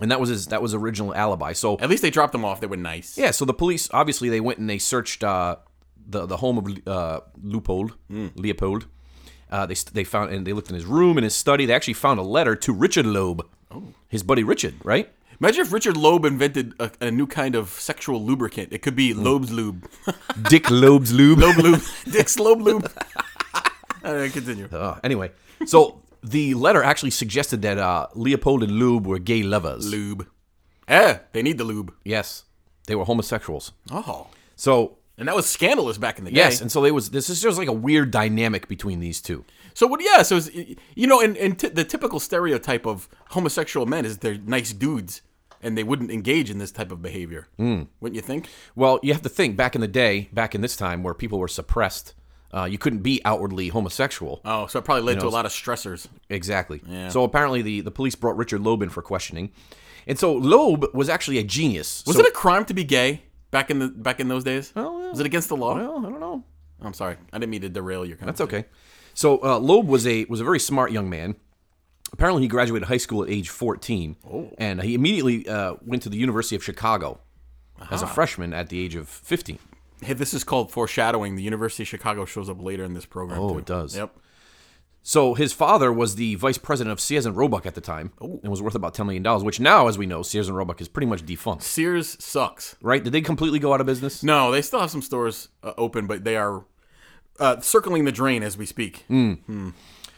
and that was his that was original alibi. So At least they dropped them off. They were nice. yeah, so the police obviously they went and they searched uh, the the home of uh, Leupold Leopold. Uh, they st- they found and they looked in his room in his study. They actually found a letter to Richard Loeb, his buddy Richard, right? Imagine if Richard Loeb invented a, a new kind of sexual lubricant. It could be Loeb's lube. Dick Loeb's Lube. Loeb lube. Dick's Loeb lube. All right, continue. Uh, anyway, so the letter actually suggested that uh, Leopold and Lube were gay lovers. Lube. Eh, they need the lube. Yes, they were homosexuals. Oh. So And that was scandalous back in the day. yes, and so they was this is just like a weird dynamic between these two. So what? Yeah. So it's, you know, and, and t- the typical stereotype of homosexual men is they're nice dudes, and they wouldn't engage in this type of behavior. Wouldn't you think? Well, you have to think back in the day, back in this time where people were suppressed, uh, you couldn't be outwardly homosexual. Oh, so it probably led to a lot of stressors. Exactly. So apparently the, the police brought Richard Loeb in for questioning. And so Loeb was actually a genius. Was So- it a crime to be gay back in the back in those days? Was it against the law? Well, Oh, I don't know. I'm sorry, I didn't mean to derail your. That's okay. So uh, Loeb was a was a very smart young man. Apparently, he graduated high school at age 14, and he immediately uh, went to the University of Chicago as a freshman at the age of 15. Hey, this is called foreshadowing. The University of Chicago shows up later in this program. Oh, too. it does. Yep. So his father was the vice president of Sears and Roebuck at the time, and was worth about 10 million dollars. Which now, as we know, Sears and Roebuck is pretty much defunct, Sears sucks. right? Did they completely go out of business? No, they still have some stores uh, open, but they are uh, circling the drain as we speak. Mm.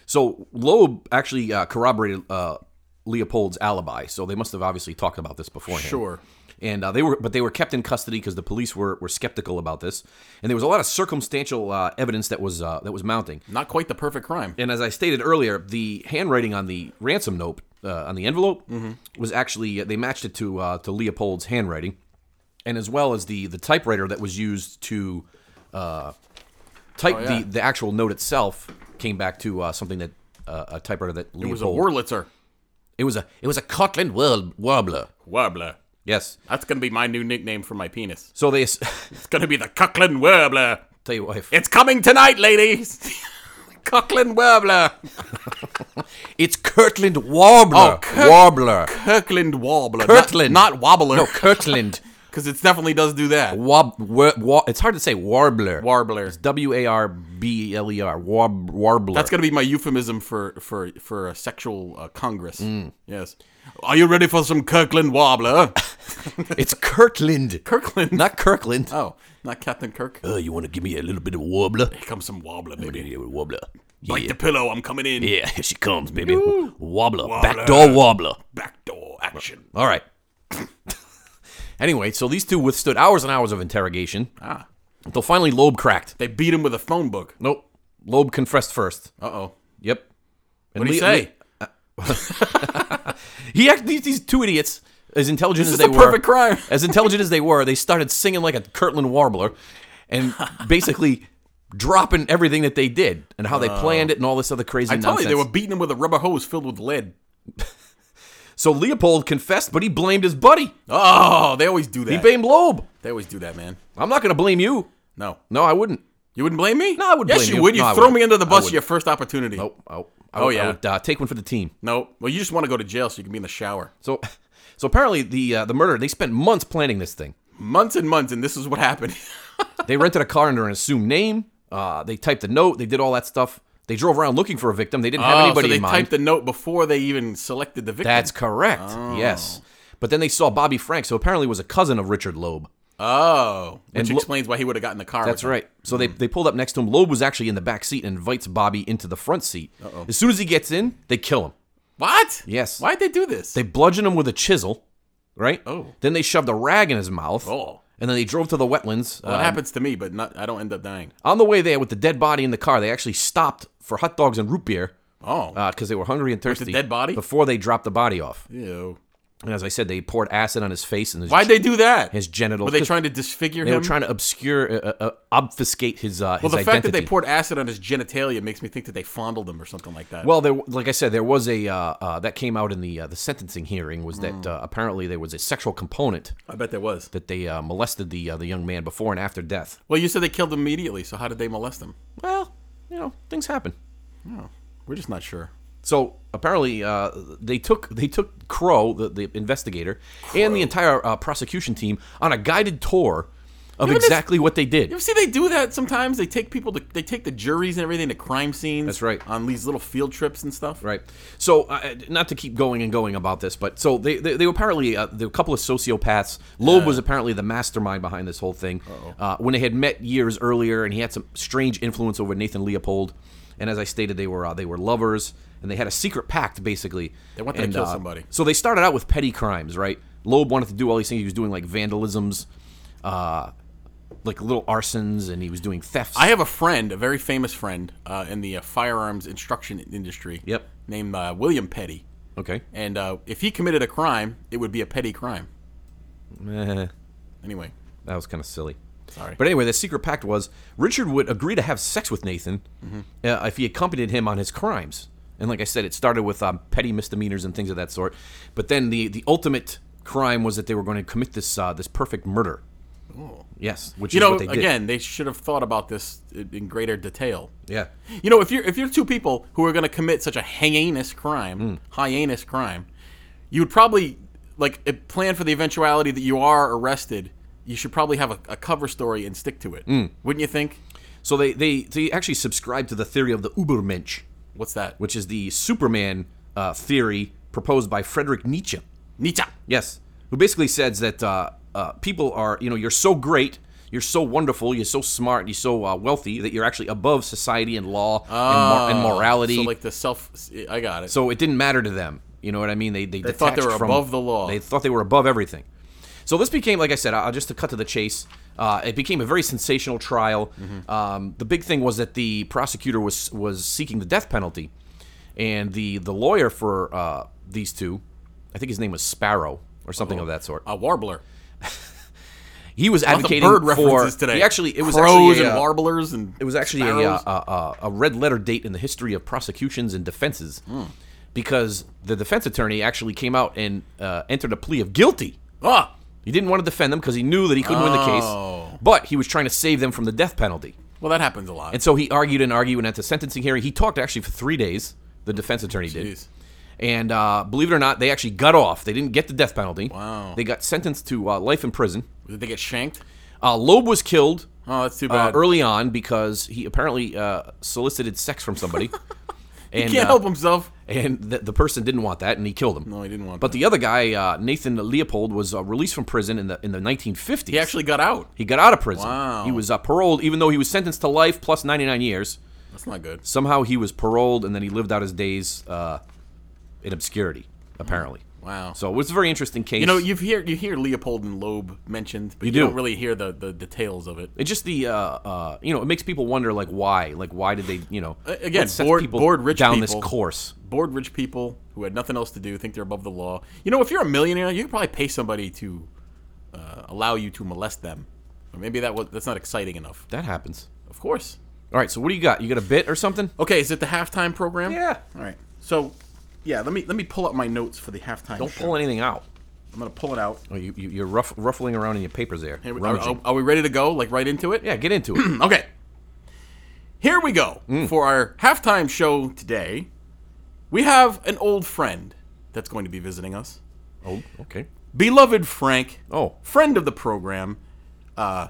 So Loeb actually uh, corroborated uh, Leopold's alibi. So they must have obviously talked about this beforehand. Sure. and uh, they were but they were kept in custody because the police were, were skeptical about this and there was a lot of circumstantial uh, evidence that was uh, that was mounting Not quite the perfect crime. and as i stated earlier the handwriting on the ransom note uh, on the envelope Mm-hmm. was actually they matched it to uh, to leopold's handwriting and as well as the the typewriter that was used to uh, type Oh, yeah. the, the actual note itself came back to uh, something that uh, a typewriter that It was a leopold Wurlitzer. it was a it was a Cotland Wurl- warbler Wobbler. yes That's gonna be my new nickname for my penis. so they ass- It's gonna be the Cucklin Wobbler. tell you what if- It's coming tonight, ladies. Cucklin Wobbler. It's Kirtland Warbler. Oh, Kurt- Warbler. Kirkland Wobbler. Kirkland. Not, not Wobbler. No, Kirtland. Because it definitely does do that. Wob, wa- wa- it's hard to say Warbler. Warbler. W A R B L E R. Warb, warbler. That's gonna be my euphemism for for for a sexual uh, congress. Yes. Are you ready for some Kirkland Wobbler? it's Kirtland. Kirkland. Not Kirkland. oh, not Captain Kirk. Oh, you want to give me a little bit of Warbler? Here comes some Wobbler, Yeah, baby. yeah, Warbler. Bite Yeah. the pillow. I'm coming in. yeah, here she comes, baby. Wobbler. Warbler. Backdoor Warbler. Backdoor action. All right. anyway, so these two withstood hours and hours of interrogation Ah. until finally Loeb cracked. They beat him with a phone book. Nope. Loeb confessed first. Uh oh. Yep. And What do you Le- say? He act these, these two idiots, as intelligent as is they the were, perfect crime. as intelligent as they were, they started singing like a Kirtland warbler, and basically dropping everything that they did and how they planned it and all this other crazy Oh. I told nonsense. you they were beating him with a rubber hose filled with lead. so Leopold confessed, but he blamed his buddy. Oh, they always do He that. blamed Loeb. they always do that, man. I'm not going to blame you. No, No, I wouldn't. you wouldn't blame me. No, I wouldn't Yes, blame you you. would. You No, I throw me wouldn't. under the I bus at wouldn't. your first opportunity. Oh, oh, I Oh, would- I yeah. would, uh, take one for the team. No. Well, you just want to go to jail so you can be in the shower. So, so apparently the uh, the murder. They spent months planning this thing. Months and months, and this is what happened. They rented a car under an assumed name. Uh, they typed a note. They did all that stuff. They drove around looking for a victim. They didn't have Oh, anybody so they in mind. typed the note before they even selected the victim. That's correct. Yes. But then they saw Bobby Franks, who apparently was a cousin of Richard Loeb. oh, which lo- explains why he would have gotten the car. That's right. So Hmm. they, they pulled up next to him. Loeb was actually in the back seat and invites Bobby into the front seat. As soon as he gets in, they kill him. What? Yes. Why'd they do this? They bludgeon him with a chisel, right? Oh. Then they shoved a rag in his mouth. Oh. And then they drove to the wetlands. Well, Uh, it happens to me, but not. I don't end up dying. on the way there, with the dead body in the car, they actually stopped for hot dogs and root beer Oh. Uh, because they were hungry and thirsty. dead body? Before they dropped the body off. Ew. And as I said, they poured acid on his face and his, Why'd they do that? his genitals. Were they 'cause trying to disfigure they him? were trying to obscure, uh, uh, uh, obfuscate his uh, well, his the identity. fact that they poured acid on his genitalia makes me think that they fondled him or something like that. Well, there, like I said, there was a uh, uh, that came out in the uh, the sentencing hearing was that uh, apparently there was a sexual component I bet there was. that they uh, molested the uh, the young man before and after death. Well, you said they killed him immediately, so how did they molest him? Well, you know, things happen. Oh, we're just not sure. So apparently, uh, they took they took Crow, the, the investigator, and the entire uh, prosecution team on a guided tour of but that's- exactly what they did. You ever see they do that sometimes? They take people to they take the juries and everything to crime scenes. That's right. On these little field trips and stuff. Right. So, uh, not to keep going and going about this, but so they they, they were apparently uh, the couple of sociopaths. Loeb was apparently the mastermind behind this whole thing. Uh, when they had met years earlier, and he had some strange influence over Nathan Leopold. And as I stated, they were uh, they were lovers, and they had a secret pact basically. They wanted to And, uh, kill somebody. So they started out with petty crimes, right? Loeb wanted to do all these things. He was doing like vandalisms, uh, like little arsons, and he was doing thefts. I have a friend, a very famous friend, uh, in the uh, firearms instruction industry. Yep. Named uh, William Petty, okay. and uh, if he committed a crime, it would be a petty crime. Eh. Anyway, That was kind of silly. Sorry. But anyway, the secret pact was Richard would agree to have sex with Nathan Mm-hmm. uh, if he accompanied him on his crimes. And like I said, it started with um, petty misdemeanors and things of that sort. But then the, the ultimate crime was that they were going to commit this uh, this perfect murder. Yes, which you is know, what they did. again, they should have thought about this i- in greater detail. yeah. You know, if you're if you're two people who are going to commit such a heinous crime, Hmm. heinous crime, you would probably like eh, plan for the eventuality that you are arrested. You should probably have a, a cover story and stick to it, Hmm. wouldn't you think? So they, they, they actually subscribed to the theory of the Ubermensch, What's that? which is the Superman uh, theory proposed by Frederick Nietzsche. Nietzsche. Yes, who basically says that uh, uh, people are, you know, you're so great, you're so wonderful, you're so smart, you're so uh, wealthy that you're actually above society and law and, mor- and morality. Ah, So So, like the self. I got it. it didn't matter to them. You know what I mean? They they, thought they detached were from- above the law. They thought they were above everything. So this became, like I said, uh, just to cut to the chase, uh, it became a very sensational trial. Mm-hmm. Um, the big thing was that the prosecutor was was seeking the death penalty, and the the lawyer for uh, these two, I think his name was Sparrow or something of that sort. a warbler. He was The advocating bird for references today. He actually, it was crows actually a, and uh, warblers and It was actually a, uh, a, a- a red letter date in the history of prosecutions and defenses, Hmm. because the defense attorney actually came out and uh, entered a plea of guilty. ah. He didn't want to defend them because he knew that he couldn't win the Oh. case, but he was trying to save them from the death penalty. Well, that happens a lot. And so he argued and argued, and at the sentencing hearing, he talked actually for three days. The defense attorney did. Jeez. And uh, believe it or not, they actually got off. They didn't get the death penalty. Wow. They got sentenced to uh, life in prison. Did they get shanked? Uh, Loeb was killed Oh, that's too uh, bad. early on because he apparently uh, solicited sex from somebody. and, Can't uh, help himself. And th- the person didn't want that, and he killed him. No, he didn't want. But that. the other guy, uh, Nathan Leopold, was uh, released from prison in the in the 1950s. he actually got out. he got out of prison. Wow. He was uh, paroled, even though he was sentenced to life plus 99 years. That's not good. Somehow he was paroled, and then he lived out his days uh, in obscurity, apparently. Mm. Wow. So it was a very interesting case. You know, you hear you hear Leopold and Loeb mentioned, but you, do. not really hear the, the details of it. It's just the uh, uh, you know it makes people wonder like why like why did they you know A- again, what sets bored- people bored rich down this people. course Bored rich people who had nothing else to do think they're above the law. You know, if you're a millionaire, you could probably pay somebody to uh, allow you to molest them. Or maybe that was that's not exciting enough. that happens. Of course. All right, so what do you got? You got a bit or something? Okay, is it the halftime program? Yeah. All right. So, yeah, let me let me pull up my notes for the halftime. Don't show. pull anything out. I'm gonna pull it out. Oh, you, you you're ruff, ruffling around in your papers there. Here we- oh, Are, Rummaging. are- are we ready to go? Like right into it? Yeah, get into it. Okay. Here we go Mm. for our halftime show today. We have an old friend that's going to be visiting us. oh, okay. Beloved Frank, Oh, friend of the program. Uh,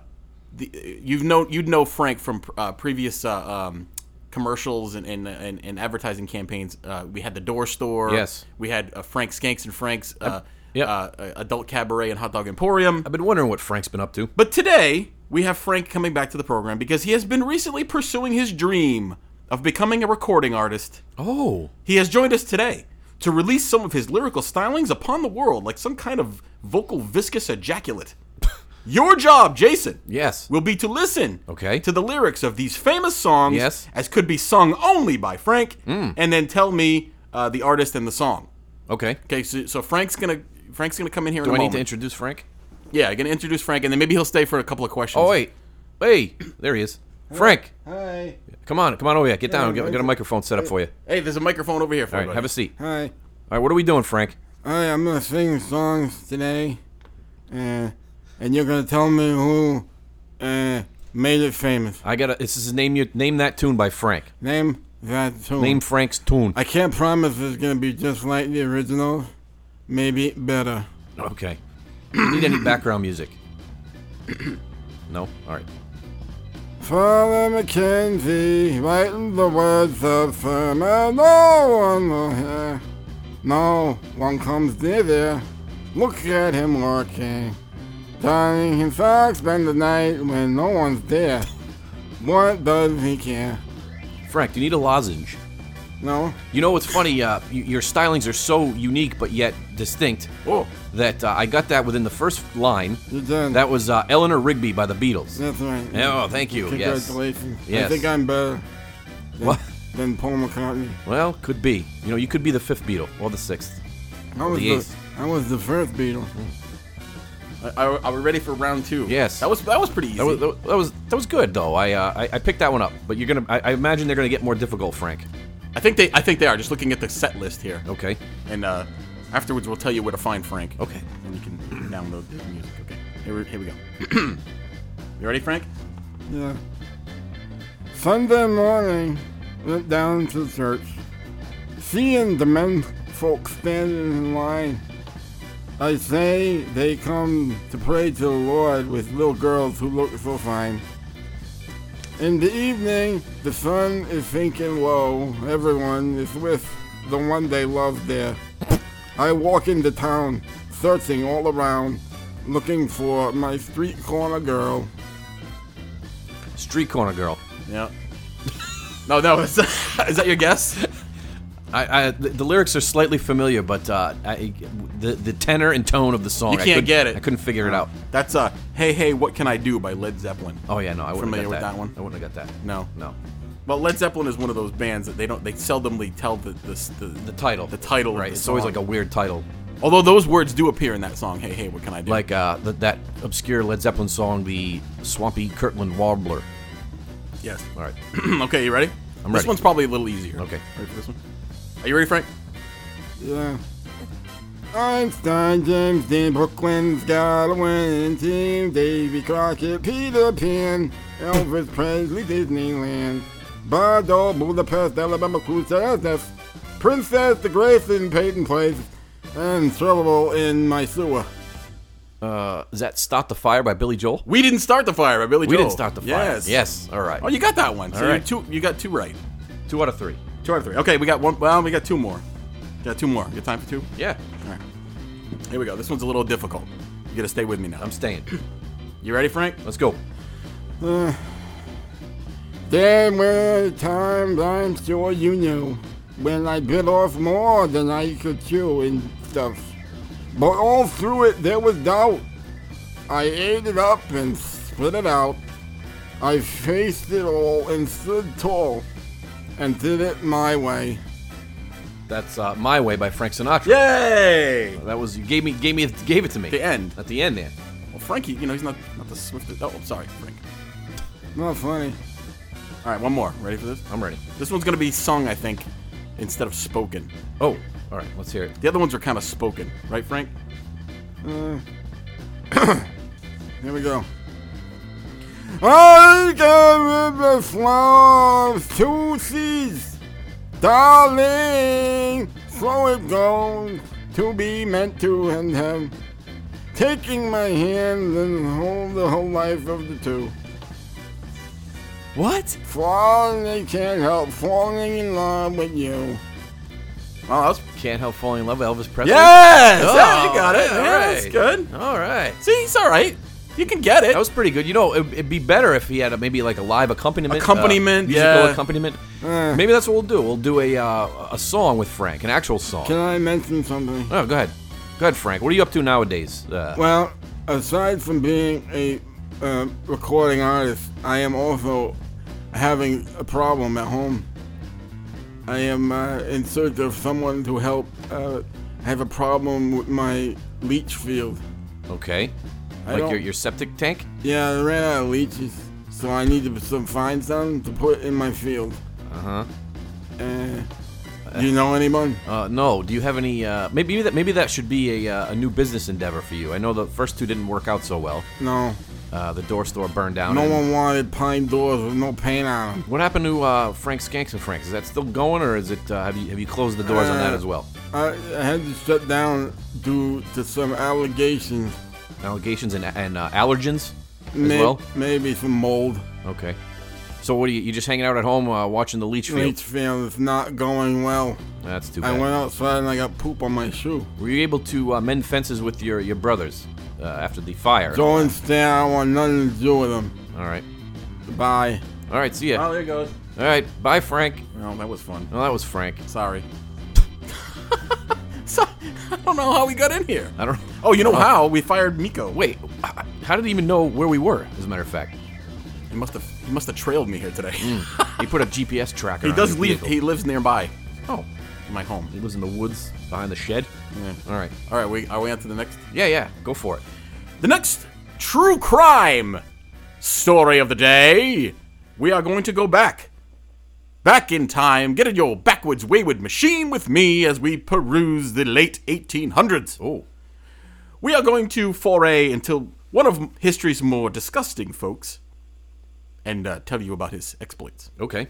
the, you've known you'd know Frank from uh, previous uh, um, commercials and, and, and, and advertising campaigns. Uh, we had the Door Store. Yes. We had uh, Frank Skanks and Frank's uh, yep. uh, Adult Cabaret and Hot Dog Emporium. I've been wondering what Frank's been up to. But today, we have Frank coming back to the program because he has been recently pursuing his dream of becoming a recording artist. Oh, He has joined us today to release some of his lyrical stylings upon the world like some kind of vocal viscous ejaculate. Your job, Jason, yes. will be to listen Okay. to the lyrics of these famous songs Yes. Mm. as could be sung only by Frank and then tell me uh, the artist and the song. Okay. Okay, so, so Frank's going to Frank's gonna come in here in Do a I need moment. to introduce Frank? yeah, I'm gonna introduce Frank, and then maybe he'll stay for a couple of questions. Oh wait, hey, there he is. Frank, Hi. come on, come on over here. Get down. Get, get a microphone set up for you. Hey, there's a microphone over here for All you. right, buddy. have a seat. All Hi. right, what are we doing, Frank? Hi, I'm gonna sing songs today. Uh, and you're gonna tell me who uh, made it famous. I gotta. This is name you name that tune by Frank. Name that tune. Name Frank's tune. I can't promise it's gonna be just like the original. Maybe better. Okay. You need any background music? No. All right. Father Mackenzie writing the words of firm and no one will hear. No one comes near there. Look at him working. Donning his socks, spend the night when no one's there. What does he care? Frank, do you need a lozenge? No? You know what's funny? Uh, y- your stylings are so unique but yet distinct. Oh. That uh, I got that within the first line. You didn't. That was uh, Eleanor Rigby by the Beatles. That's right. Oh, thank you. Yes. Congratulations. Yes. I think I'm better What? than Paul McCartney. Well, could be. You know, you could be the fifth Beatle or the sixth. I was The the, eighth. I was the first Beatle. Are, are we ready for round two? Yes. That was that was pretty easy. That was, that was- that was that was good though. I, uh, I I picked that one up, but you're gonna. I, I imagine they're gonna get more difficult, Frank. I think they I think they are. Just looking at the set list here, Okay. and uh, afterwards we'll tell you where to find Frank. Okay. And you can download the music. Okay. Here we, here we go. you ready, Frank? Yeah. Sunday morning, went down to church. Seeing the men folk standing in line, I say they come to pray to the Lord with little girls who look so fine. In the evening, the sun is sinking low. Everyone is with the one they love there. I walk into town, searching all around, looking for my street corner girl. Street corner girl. Yeah. no, no. Is, is that your guess? I, I the, the lyrics are slightly familiar, but uh, I, the the tenor and tone of the song. You I can't couldn't- get it. I couldn't figure it out. That's uh, hey hey, what can I do by Led Zeppelin. Oh yeah, no, I wouldn't Familiar have got with that one? I wouldn't have got that. No. no. Well, Led Zeppelin is one of those bands that they don't they seldomly tell the the the, The title. the title Right. Of the It's always song. like a weird title, although those words do appear in that song. Hey hey, what can I do? like uh, th- that obscure Led Zeppelin song, the Swampy Kirtland Warbler. yes. All right. okay, you ready? I'm this ready. one's probably a little easier. Okay. Ready for this one? Are you ready, Frank? Yeah. Einstein, James Dean, Brooklyn's got a winning team. Davy Crockett, Peter Pan, Elvis Presley, Disneyland. Bardo, Budapest, Alabama, Crusaders, Princess the Grace in Peyton Place, and Trouble in My Sewer. Uh, is that "Stop the Fire" by Billy Joel? We didn't start the fire by Billy We Joel. didn't start the fire. Yes. Yes. All right. Oh, you got that one. So All you right. two, you got two right. Two out of three. Two out of three. Okay, we got one. Well, we got two more. Got two more. Got time for two? Yeah. All right. Here we go. This one's a little difficult. You gotta stay with me now. I'm staying. You ready, Frank? Let's go. Eh. There were times I'm sure you knew when I bit off more than I could chew and stuff. But all through it there was doubt. I ate it up and spit it out. I faced it all and stood tall and did it my way. That's uh, "My Way" by Frank Sinatra. Yay! That was you gave me gave me gave it to me. The end. At the end there. Well, Frankie, you know he's not not the swiftest. Oh, I'm sorry, Frank. Not funny. All right, one more. Ready for this? I'm ready. This one's gonna be sung, I think, instead of spoken. Oh, all right. Let's hear it. The other ones are kind of spoken, right, Frank? Here we go. I got river flowers, two seas, darling. So it goes to be meant to and have. Taking my hand and hold the whole life of the two. What? Falling, they can't help falling in love with you. Oh, that was Can't help falling in love with Elvis Presley. Yes! Oh, yeah, you got it. yeah, Yeah, That's alright. good. All right. See, it's all right. You can get it. That was pretty good. You know, it, it'd be better if he had a, maybe like a live accompaniment. Accompaniment, musical yeah. accompaniment. Uh. Maybe that's what we'll do. We'll do a uh, a song with Frank, an actual song. Can I mention something? oh, go ahead. Go ahead, Frank. What are you up to nowadays? Uh, Well, aside from being a uh, recording artist, I am also having a problem at home. I am uh, in search of someone to help. Uh, I have a problem with my leach field. Okay. I like your, don't- your septic tank? Yeah, I ran out of leeches, so I need to some, find some to put in my field. Uh-huh. Uh, you know anyone? Uh, no. Do you have any? Uh, maybe that maybe that should be a, uh, a new business endeavor for you. I know the first two didn't work out so well. No. Uh, the door store burned down. No and- one wanted pine doors with no paint on 'em. What happened to uh, Frank Skanks and Franks? Is that still going, or is it? Uh, have you have you closed the doors on that Uh, as well? I, I had to shut down due to some allegations. Allegations and and uh, allergens as May- well. Maybe some mold. Okay. So what are you? You just hanging out at home uh, watching the leach field? Leach field is not going well. That's too I bad. went outside and I got poop on my shoe. Were you able to uh, mend fences with your your brothers uh, after the fire? Don't stand. I want nothing to do with them. All right. Bye. All right. See ya. there goes. All right. Bye, Frank. No, that was fun. Well, that was Frank. Sorry. so, I don't know how we got in here. I don't. Oh, you know how? We fired Miko. Wait, h- how did he even know where we were? As a matter of fact, He must have he must have trailed me here today. he put a GPS tracker. he on does his leave. vehicle. He lives nearby, oh, my home. he lives in the woods behind the shed. All right. All right, we are we on to the next? Yeah, yeah. Go for it. The next true crime story of the day. We are going to go back. Back in time, get in your backwards wayward machine with me as we peruse the late 1800s. Oh, We are going to foray into one of history's more disgusting folks and uh, tell you about his exploits. okay.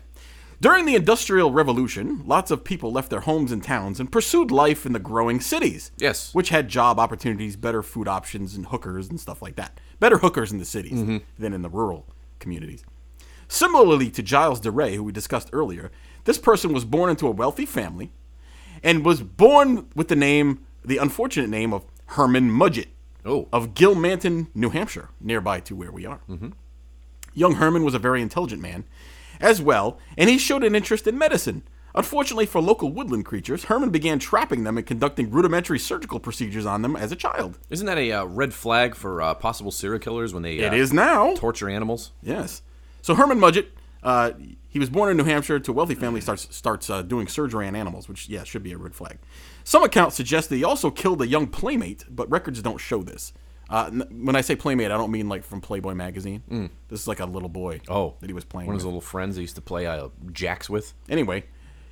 During the Industrial Revolution, lots of people left their homes and towns and pursued life in the growing cities. Yes. Which had job opportunities, better food options, and hookers and stuff like that. Better hookers in the cities than in the rural communities. Similarly to Giles DeRay, who we discussed earlier, this person was born into a wealthy family and was born with the name, the unfortunate name of Herman Mudgett Oh. of Gilmanton, New Hampshire, nearby to where we are. Young Herman was a very intelligent man as well, and he showed an interest in medicine. Unfortunately for local woodland creatures, Herman began trapping them and conducting rudimentary surgical procedures on them as a child. Isn't that a uh, red flag for uh, possible serial killers when they uh, It is now. torture animals? Yes. So Herman Mudgett, uh, he was born in New Hampshire to a wealthy family. starts starts uh, doing surgery on animals, which yeah should be a red flag. Some accounts suggest that he also killed a young playmate, but records don't show this. Uh, n- when I say playmate, I don't mean like from Playboy magazine. This is like a little boy Mm. Oh, that he was playing. One of with. his little friends he used to play uh, jacks with. Anyway,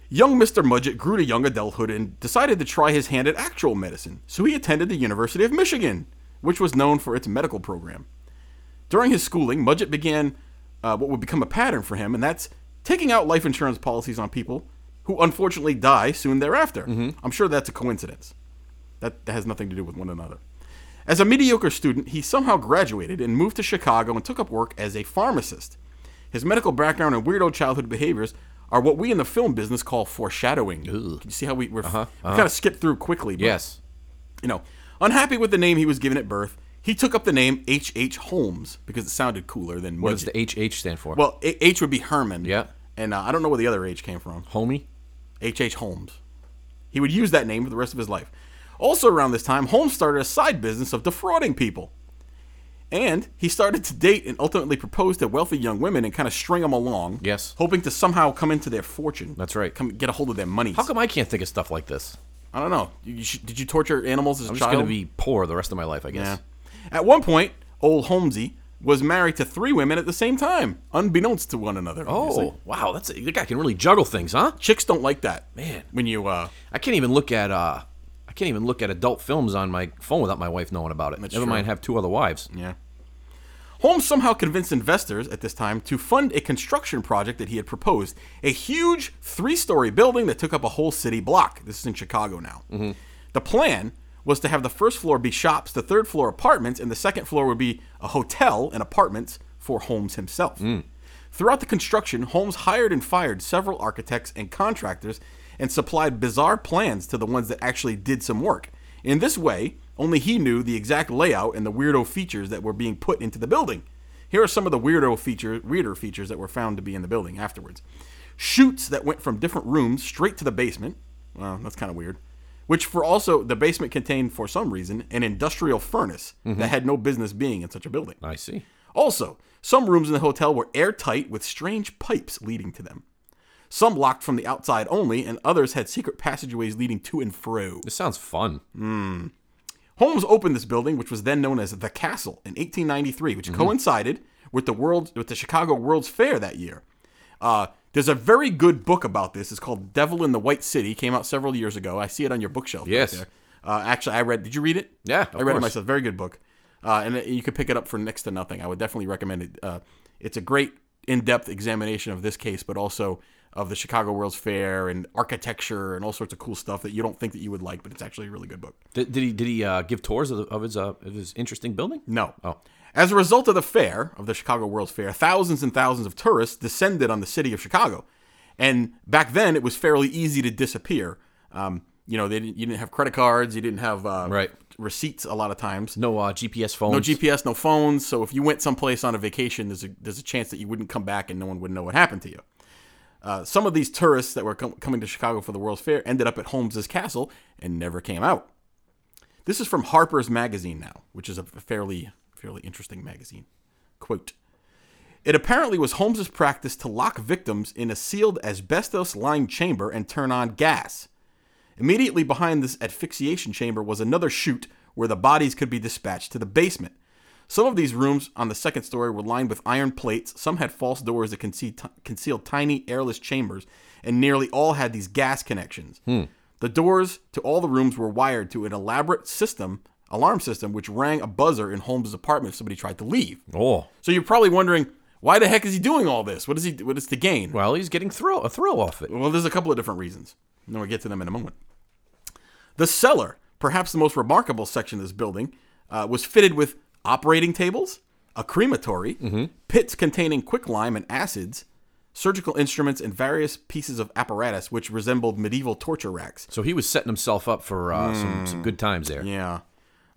young Mr. Mudgett grew to young adulthood and decided to try his hand at actual medicine, so he attended the University of Michigan, which was known for its medical program. During his schooling, Mudgett began uh, what would become a pattern for him, and that's taking out life insurance policies on people who unfortunately die soon thereafter. I'm sure that's a coincidence. That, that has nothing to do with one another. As a mediocre student, he somehow graduated and moved to Chicago and took up work as a pharmacist. His medical background and weirdo childhood behaviors are what we in the film business call foreshadowing. Can you see how we we're, we kind of skipped through quickly? But, Yes. You know, unhappy with the name he was given at birth, he took up the name H. H. Holmes because it sounded cooler than What Mudgett. does the HH stand for? Well, A- H would be Herman. Yeah. And uh, I don't know where the other H came from. homie. H.H. H. Holmes. He would use that name for the rest of his life. Also, around this time, Holmes started a side business of defrauding people. And he started to date and ultimately propose to wealthy young women and kind of string them along. Yes. Hoping to somehow come into their fortune. That's right. Come get a hold of their money. How come I can't think of stuff like this? I don't know. You, you should, did you torture animals as a I'm just child? gonna be poor the rest of my life, I guess. Yeah. At one point, old Holmesy was married to three women at the same time, unbeknownst to one another. obviously. Oh, wow, that's a, that guy can really juggle things, huh? Chicks don't like that. Man. When you uh I can't even look at uh, I can't even look at adult films on my phone without my wife knowing about it. Never true. mind, have two other wives. Yeah. Holmes somehow convinced investors at this time to fund a construction project that he had proposed a huge three story building that took up a whole city block. This is in Chicago now. Mm-hmm. The plan was to have the first floor be shops, the third floor apartments, and the second floor would be a hotel and apartments for Holmes himself. Mm. Throughout the construction, Holmes hired and fired several architects and contractors and supplied bizarre plans to the ones that actually did some work. In this way, only he knew the exact layout and the weirdo features that were being put into the building. Here are some of the weirdo feature, weirder features that were found to be in the building afterwards. Chutes that went from different rooms straight to the basement. Well, that's kind of weird. Which for also the basement contained for some reason an industrial furnace that had no business being in such a building. I see. Also, some rooms in the hotel were airtight with strange pipes leading to them. Some locked from the outside only, and others had secret passageways leading to and fro. This sounds fun. Holmes opened this building, which was then known as the Castle, in 1893, which Mm-hmm. coincided with the world with the Chicago World's Fair that year. Uh, there's a very good book about this. It's called "Devil in the White City." Came out several years ago. I see it on your bookshelf. right Yes. there. Uh, actually, I read. Did you read it? Yeah, of I read course. it myself. Very good book, uh, and it- you could pick it up for next to nothing. I would definitely recommend it. Uh, it's a great in-depth examination of this case, but also of the Chicago World's Fair and architecture and all sorts of cool stuff that you don't think that you would like, but it's actually a really good book. Did, did he did he uh, give tours of, the, of his uh, of his interesting building? No. Oh. As a result of the fair, of the Chicago World's Fair, thousands and thousands of tourists descended on the city of Chicago. And back then, it was fairly easy to disappear. Um, you know, they didn't, you didn't have credit cards, you didn't have uh, Right. receipts a lot of times. No uh, GPS phones. No GPS, no phones. So if you went someplace on a vacation, there's a there's a chance that you wouldn't come back and no one would know what happened to you. Uh, some of these tourists that were com- coming to Chicago for the World's Fair ended up at Holmes's castle and never came out. This is from Harper's Magazine now, which is a fairly fairly interesting magazine. Quote. It apparently was Holmes's practice to lock victims in a sealed asbestos-lined chamber and turn on gas. Immediately behind this asphyxiation chamber was another chute where the bodies could be dispatched to the basement. Some of these rooms on the second story were lined with iron plates, some had false doors that concealed, ti- concealed tiny airless chambers, and nearly all had these gas connections. The doors to all the rooms were wired to an elaborate system, alarm system, which rang a buzzer in Holmes' apartment if somebody tried to leave. Oh, So you're probably wondering, why the heck is he doing all this? What is he? What is to gain? well, he's getting thrill a thrill off it. Well, there's a couple of different reasons. And we'll get to them in a moment. The cellar, perhaps the most remarkable section of this building, uh, was fitted with operating tables, a crematory, pits containing quicklime and acids, surgical instruments, and various pieces of apparatus which resembled medieval torture racks. So he was setting himself up for uh, some, some good times there. Hmm. Yeah.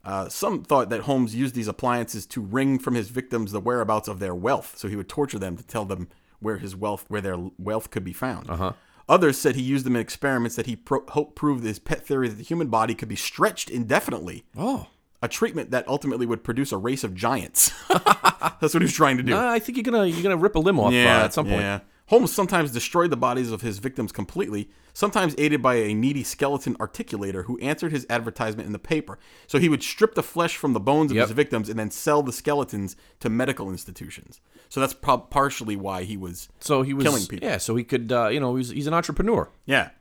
Uh, some thought that Holmes used these appliances to wring from his victims the whereabouts of their wealth, so he would torture them to tell them where his wealth, where their wealth could be found. Uh-huh. Others said he used them in experiments that he pro- hoped proved his pet theory that the human body could be stretched indefinitely, Oh, a treatment that ultimately would produce a race of giants. That's what he was trying to do. Uh, I think you're gonna you're gonna rip a limb off uh, at some point. Yeah. Holmes sometimes destroyed the bodies of his victims completely, sometimes aided by a needy skeleton articulator who answered his advertisement in the paper. So he would strip the flesh from the bones of Yep. his victims and then sell the skeletons to medical institutions. So that's prob partially why he was So he was killing people. Yeah, so he could uh, you know he's he's an entrepreneur. Yeah.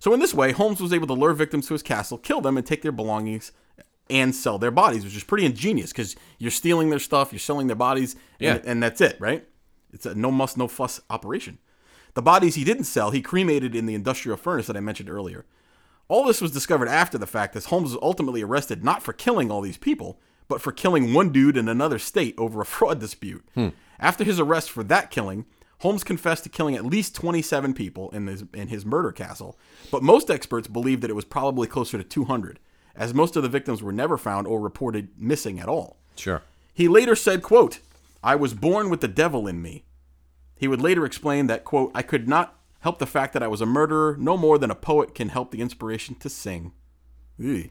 So in this way, Holmes was able to lure victims to his castle, kill them, and take their belongings and sell their bodies, which is pretty ingenious because you're stealing their stuff, you're selling their bodies, Yeah. and, and that's it, right? It's a no muss, no fuss operation. The bodies he didn't sell, he cremated in the industrial furnace that I mentioned earlier. All this was discovered after the fact as Holmes was ultimately arrested not for killing all these people, but for killing one dude in another state over a fraud dispute. After his arrest for that killing, Holmes confessed to killing at least 27 people in his, in his murder castle, but most experts believe that it was probably closer to 200, as most of the victims were never found or reported missing at all. Sure. He later said, quote, I was born with the devil in me. He would later explain that, quote, I could not help the fact that I was a murderer no more than a poet can help the inspiration to sing. Ew.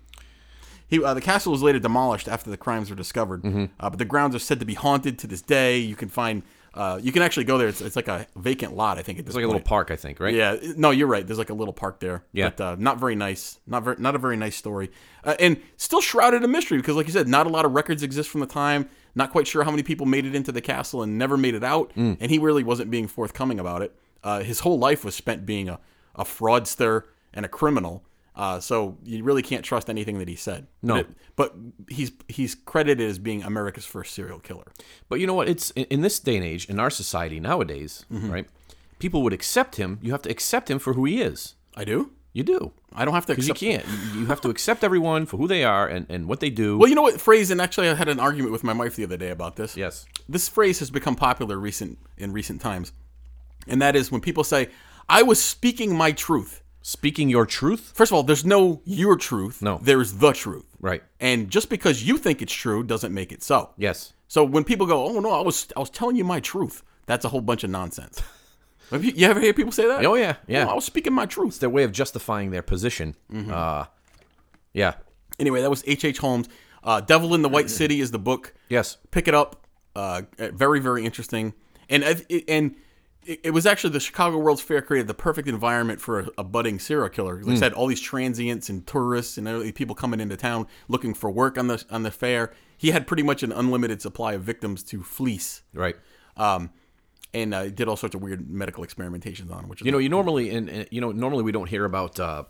He, uh, the castle was later demolished after the crimes were discovered, Mm-hmm. uh, but the grounds are said to be haunted to this day. You can find, uh, you can actually go there. It's, it's like a vacant lot, I think. At this It's like a little point. park, I think, right? Yeah, it- no, you're right. There's like a little park there. Yeah. but, uh, not very nice. Not very, not a very nice story, uh, and still shrouded in mystery because, like you said, not a lot of records exist from the time. Not quite sure how many people made it into the castle and never made it out, Mm. and he really wasn't being forthcoming about it. Uh, his whole life was spent being a, a fraudster and a criminal. Uh, so you really can't trust anything that he said. No. but, it- but he's he's credited as being America's first serial killer. But you know what? It's in, in this day and age, in our society nowadays, Mm-hmm. right? People would accept him. You have to accept him for who he is. I do. You do. I don't have to Because you accept can't. You- You have to accept everyone for who they are and, and what they do. Well, you know what phrase, and actually, I had an argument with my wife the other day about this. Yes. this phrase has become popular recent in recent times, and that is when people say, "I was speaking my truth." Speaking your truth. First of all, there's no your truth. No. there's the truth. Right. And just because you think it's true doesn't make it so. Yes. So when people go, "Oh no, I was I was telling you my truth," that's a whole bunch of nonsense. Have you, you ever hear people say that? Oh, yeah, yeah. "No, I was speaking my truth. Their way of justifying their position. Mm-hmm. Uh, yeah. Anyway, that was H. H. Holmes. Uh, Devil in the White City is the book. Yes. pick it up. Uh, very very interesting. And I- and it, it was actually the Chicago World's Fair created the perfect environment for a, a budding serial killer. 'Cause Like Hmm. I said, all these transients and tourists and other people coming into town looking for work on the on the fair. He had pretty much an unlimited supply of victims to fleece, Right. um, and uh, did all sorts of weird medical experimentations on. 'em, Which is You know, you normally and, and, you know normally we don't hear about uh,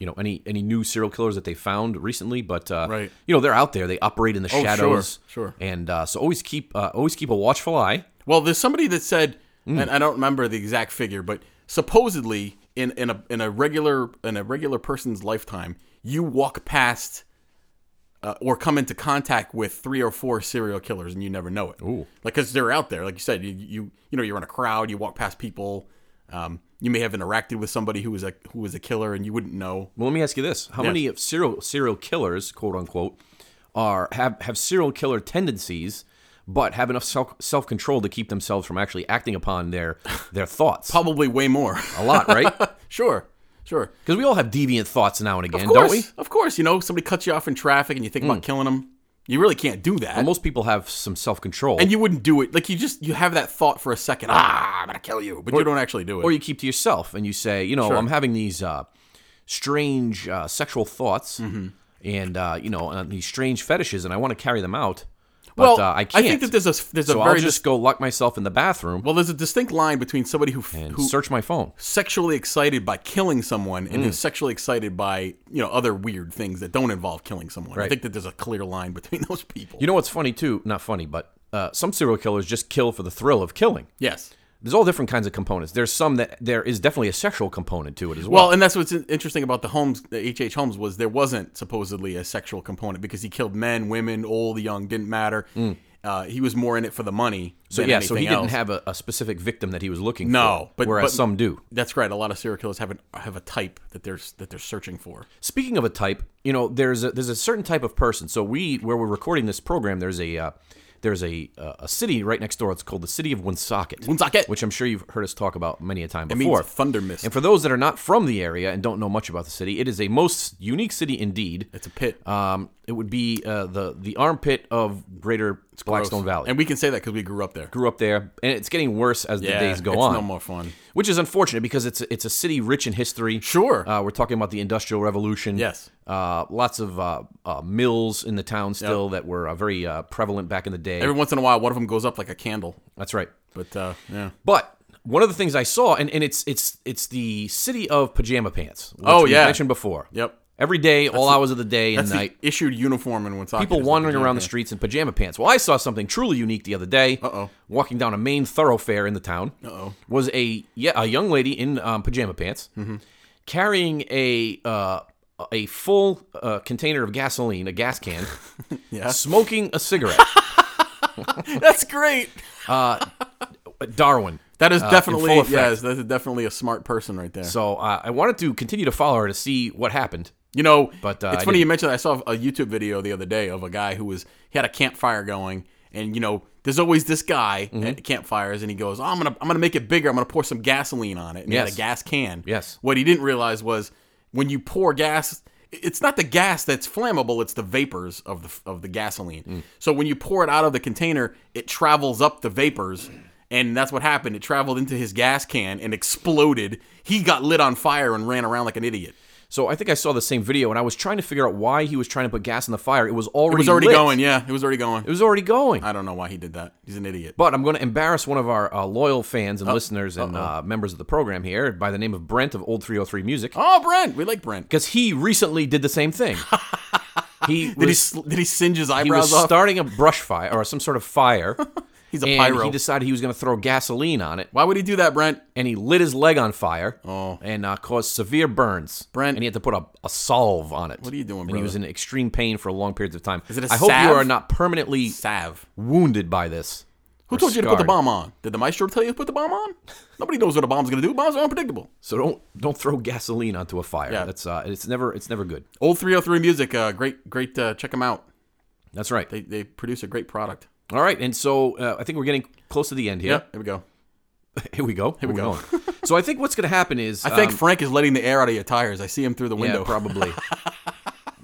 you know any any new serial killers that they found recently, but uh, Right. Oh, you know they're out there. They operate in the sure, shadows. sure. And uh, so always keep uh, always keep a watchful eye. Well, there's somebody that said, Mm. and I don't remember the exact figure, but supposedly in, in a in a regular in a regular person's lifetime, you walk past uh, or come into contact with three or four serial killers, and you never know it. Ooh, like because they're out there. Like you said, you, you you know you're in a crowd, you walk past people. Um, you may have interacted with somebody who was a who was a killer, and you wouldn't know. Well, let me ask you this: How many of serial serial killers, quote unquote, are have have serial killer tendencies, but have enough self self control to keep themselves from actually acting upon their their thoughts? Probably way more. a lot, right? sure, sure. Because we all have deviant thoughts now and again, Of don't course, we? Mm. of course. You know, somebody cuts you off in traffic, and you think about killing them. You really can't do that. Most people have some self control, and you wouldn't do it. Like you just you have that thought for a second. Ah, I'm gonna kill you, but you don't actually do it. or you keep to yourself and you say, you know, I'm having these uh, strange uh, sexual thoughts Mm-hmm. and uh, you know and these strange fetishes, and I want to carry them out, but well, uh, I can't. think that there's a there's so a I'll very just dis- go lock myself in the bathroom well there's a distinct line between somebody who f- and who search my phone. sexually excited by killing someone and Mm. who's sexually excited by you know other weird things that don't involve killing someone. I Right. think that there's a clear line between those people. You know what's funny too? Not funny, but uh, some serial killers just kill for the thrill of killing. yes. There's all different kinds of components. There's some that there is definitely a sexual component to it as well. Well, and that's what's in- interesting about the Holmes, the H.H. Holmes, was there wasn't supposedly a sexual component because he killed men, women, old, young, didn't matter. Uh, he was more in it for the money. Mm. so than yeah, so he anything didn't else. have a, a specific victim that he was looking for. No, but- whereas but- some do. That's right. A lot of serial killers have an, have a type that they're that they're searching for. Speaking of a type, you know, there's a, there's a certain type of person. So we where we're recording this program, there's a uh, there's a uh, a city right next door. It's called the city of Woonsocket, Woonsocket. which I'm sure you've heard us talk about many a time It means before. thunder mist. and for those that are not from the area and don't know much about the city, it is a most unique city indeed. it's a pit. Um, it would be uh, the the armpit of Greater Blackstone Valley. and we can say that because we grew up there. grew up there, and it's getting worse as the days go it's on, no more fun. which is unfortunate because it's it's a city rich in history. Sure. uh, we're talking about the Industrial Revolution. Yes. uh, lots of uh, uh, mills in the town still that were uh, very uh, prevalent back in the day. Every once in a while, one of them goes up like a candle. That's right. But uh, yeah, But one of the things I saw, and, and it's it's it's the city of pajama pants. Which Oh, we yeah. mentioned before. yep. Every day, all hours of the day and That's the night. issued uniform in Woonsocket. people wandering around the streets in pajama pants. Well, I saw something truly unique the other day. Uh-oh. Walking down a main thoroughfare in the town. Uh-oh. Was a yeah a young lady in um, pajama pants Mm-hmm. carrying a uh, a full uh, container of gasoline, a gas can, Yeah. smoking a cigarette. That's great. Darwin. That is uh, in definitely full effect. yes. That is definitely a smart person right there. So uh, I wanted to continue to follow her to see what happened. You know, But, uh, it's I funny didn't. you mentioned. that. I saw a YouTube video the other day of a guy who was he had a campfire going, and you know, there's always this guy Mm-hmm. at campfires, and he goes, oh, "I'm gonna I'm gonna make it bigger. I'm gonna pour some gasoline on it." And he had Yes. a gas can. Yes. What he didn't realize was when you pour gas, it's not the gas that's flammable; it's the vapors of the of the gasoline. Mm. So when you pour it out of the container, it travels up the vapors. And that's what happened. It traveled into his gas can and exploded. He got lit on fire and ran around like an idiot. So I think I saw the same video, and I was trying to figure out why he was trying to put gas in the fire. It was already It was already lit. going. Yeah, it was already going. It was already going. I don't know why he did that. He's an idiot. But I'm going to embarrass one of our uh, loyal fans and listeners and uh, members of the program here by the name of Brent of Old 303 Music Oh, Brent, we like Brent. because he recently did the same thing. he Did he was, sl- did he singe his he was eyebrows off? starting a brush fire or some sort of fire. He's a and pyro. He decided he was going to throw gasoline on it, why would he do that, Brent? and he lit his leg on fire oh. and uh, caused severe burns. Brent. and he had to put a, a salve on it. What are you doing, And he brother? was in extreme pain for long periods of time. Is it a I hope you salve? are not permanently Sav. wounded by this. Who or told you to put the scarred. bomb on? Did the maestro tell you to put the bomb on? Nobody knows what a bomb's gonna do. Bombs are unpredictable. So don't don't throw gasoline onto a fire. Yeah. That's uh, it's never it's never good. Old 303 Music, uh, great, great. Uh, check them out. That's right. They they produce a great product. All right, and so uh, I think we're getting close to the end Yeah, here. here we go. Here we go. Here we go. so I think what's going to happen is I think um, Frank is letting the air out of your tires. I see him through the yeah, window. probably.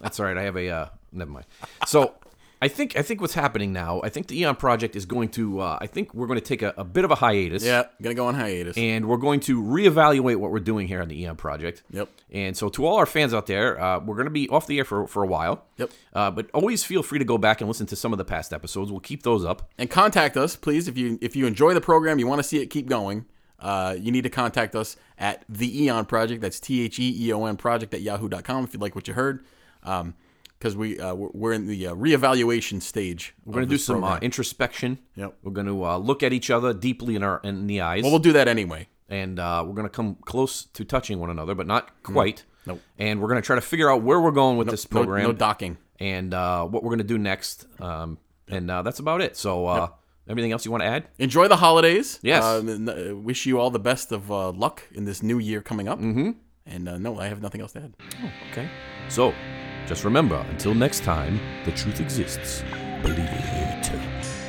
That's all right. I have a uh, never mind. So I think I think what's happening now. I think the Eon Project is going to. Uh, I think we're going to take a, a bit of a hiatus. Yeah, gonna go on hiatus. And we're going to reevaluate what we're doing here on the Eon Project. Yep. And so, to all our fans out there, uh, we're going to be off the air for, for a while. Yep. Uh, but always feel free to go back and listen to some of the past episodes. We'll keep those up. and contact us, please. If you if you enjoy the program, you want to see it keep going, uh, you need to contact us at the Eon Project. That's T H E E O N Project at yahoo.com if you like what you heard. Because we uh, we're we're in the uh, reevaluation stage. We're going to do some uh, introspection. Yep. We're going to uh, look at each other deeply in our in the eyes, Well, we'll do that anyway. and uh, we're going to come close to touching one another, but not quite. Mm. Nope. And we're going to try to figure out where we're going with this No, program. no docking. and uh, what we're gonna do next. Um, and uh, that's about it. So uh, everything else you want to add? Enjoy the holidays. Yes. Uh, and, uh, wish you all the best of uh, luck in this new year coming up. Mm-hmm. And uh, no, I have nothing else to add. Oh, Okay. So just remember, until next time, the truth exists. Believe it.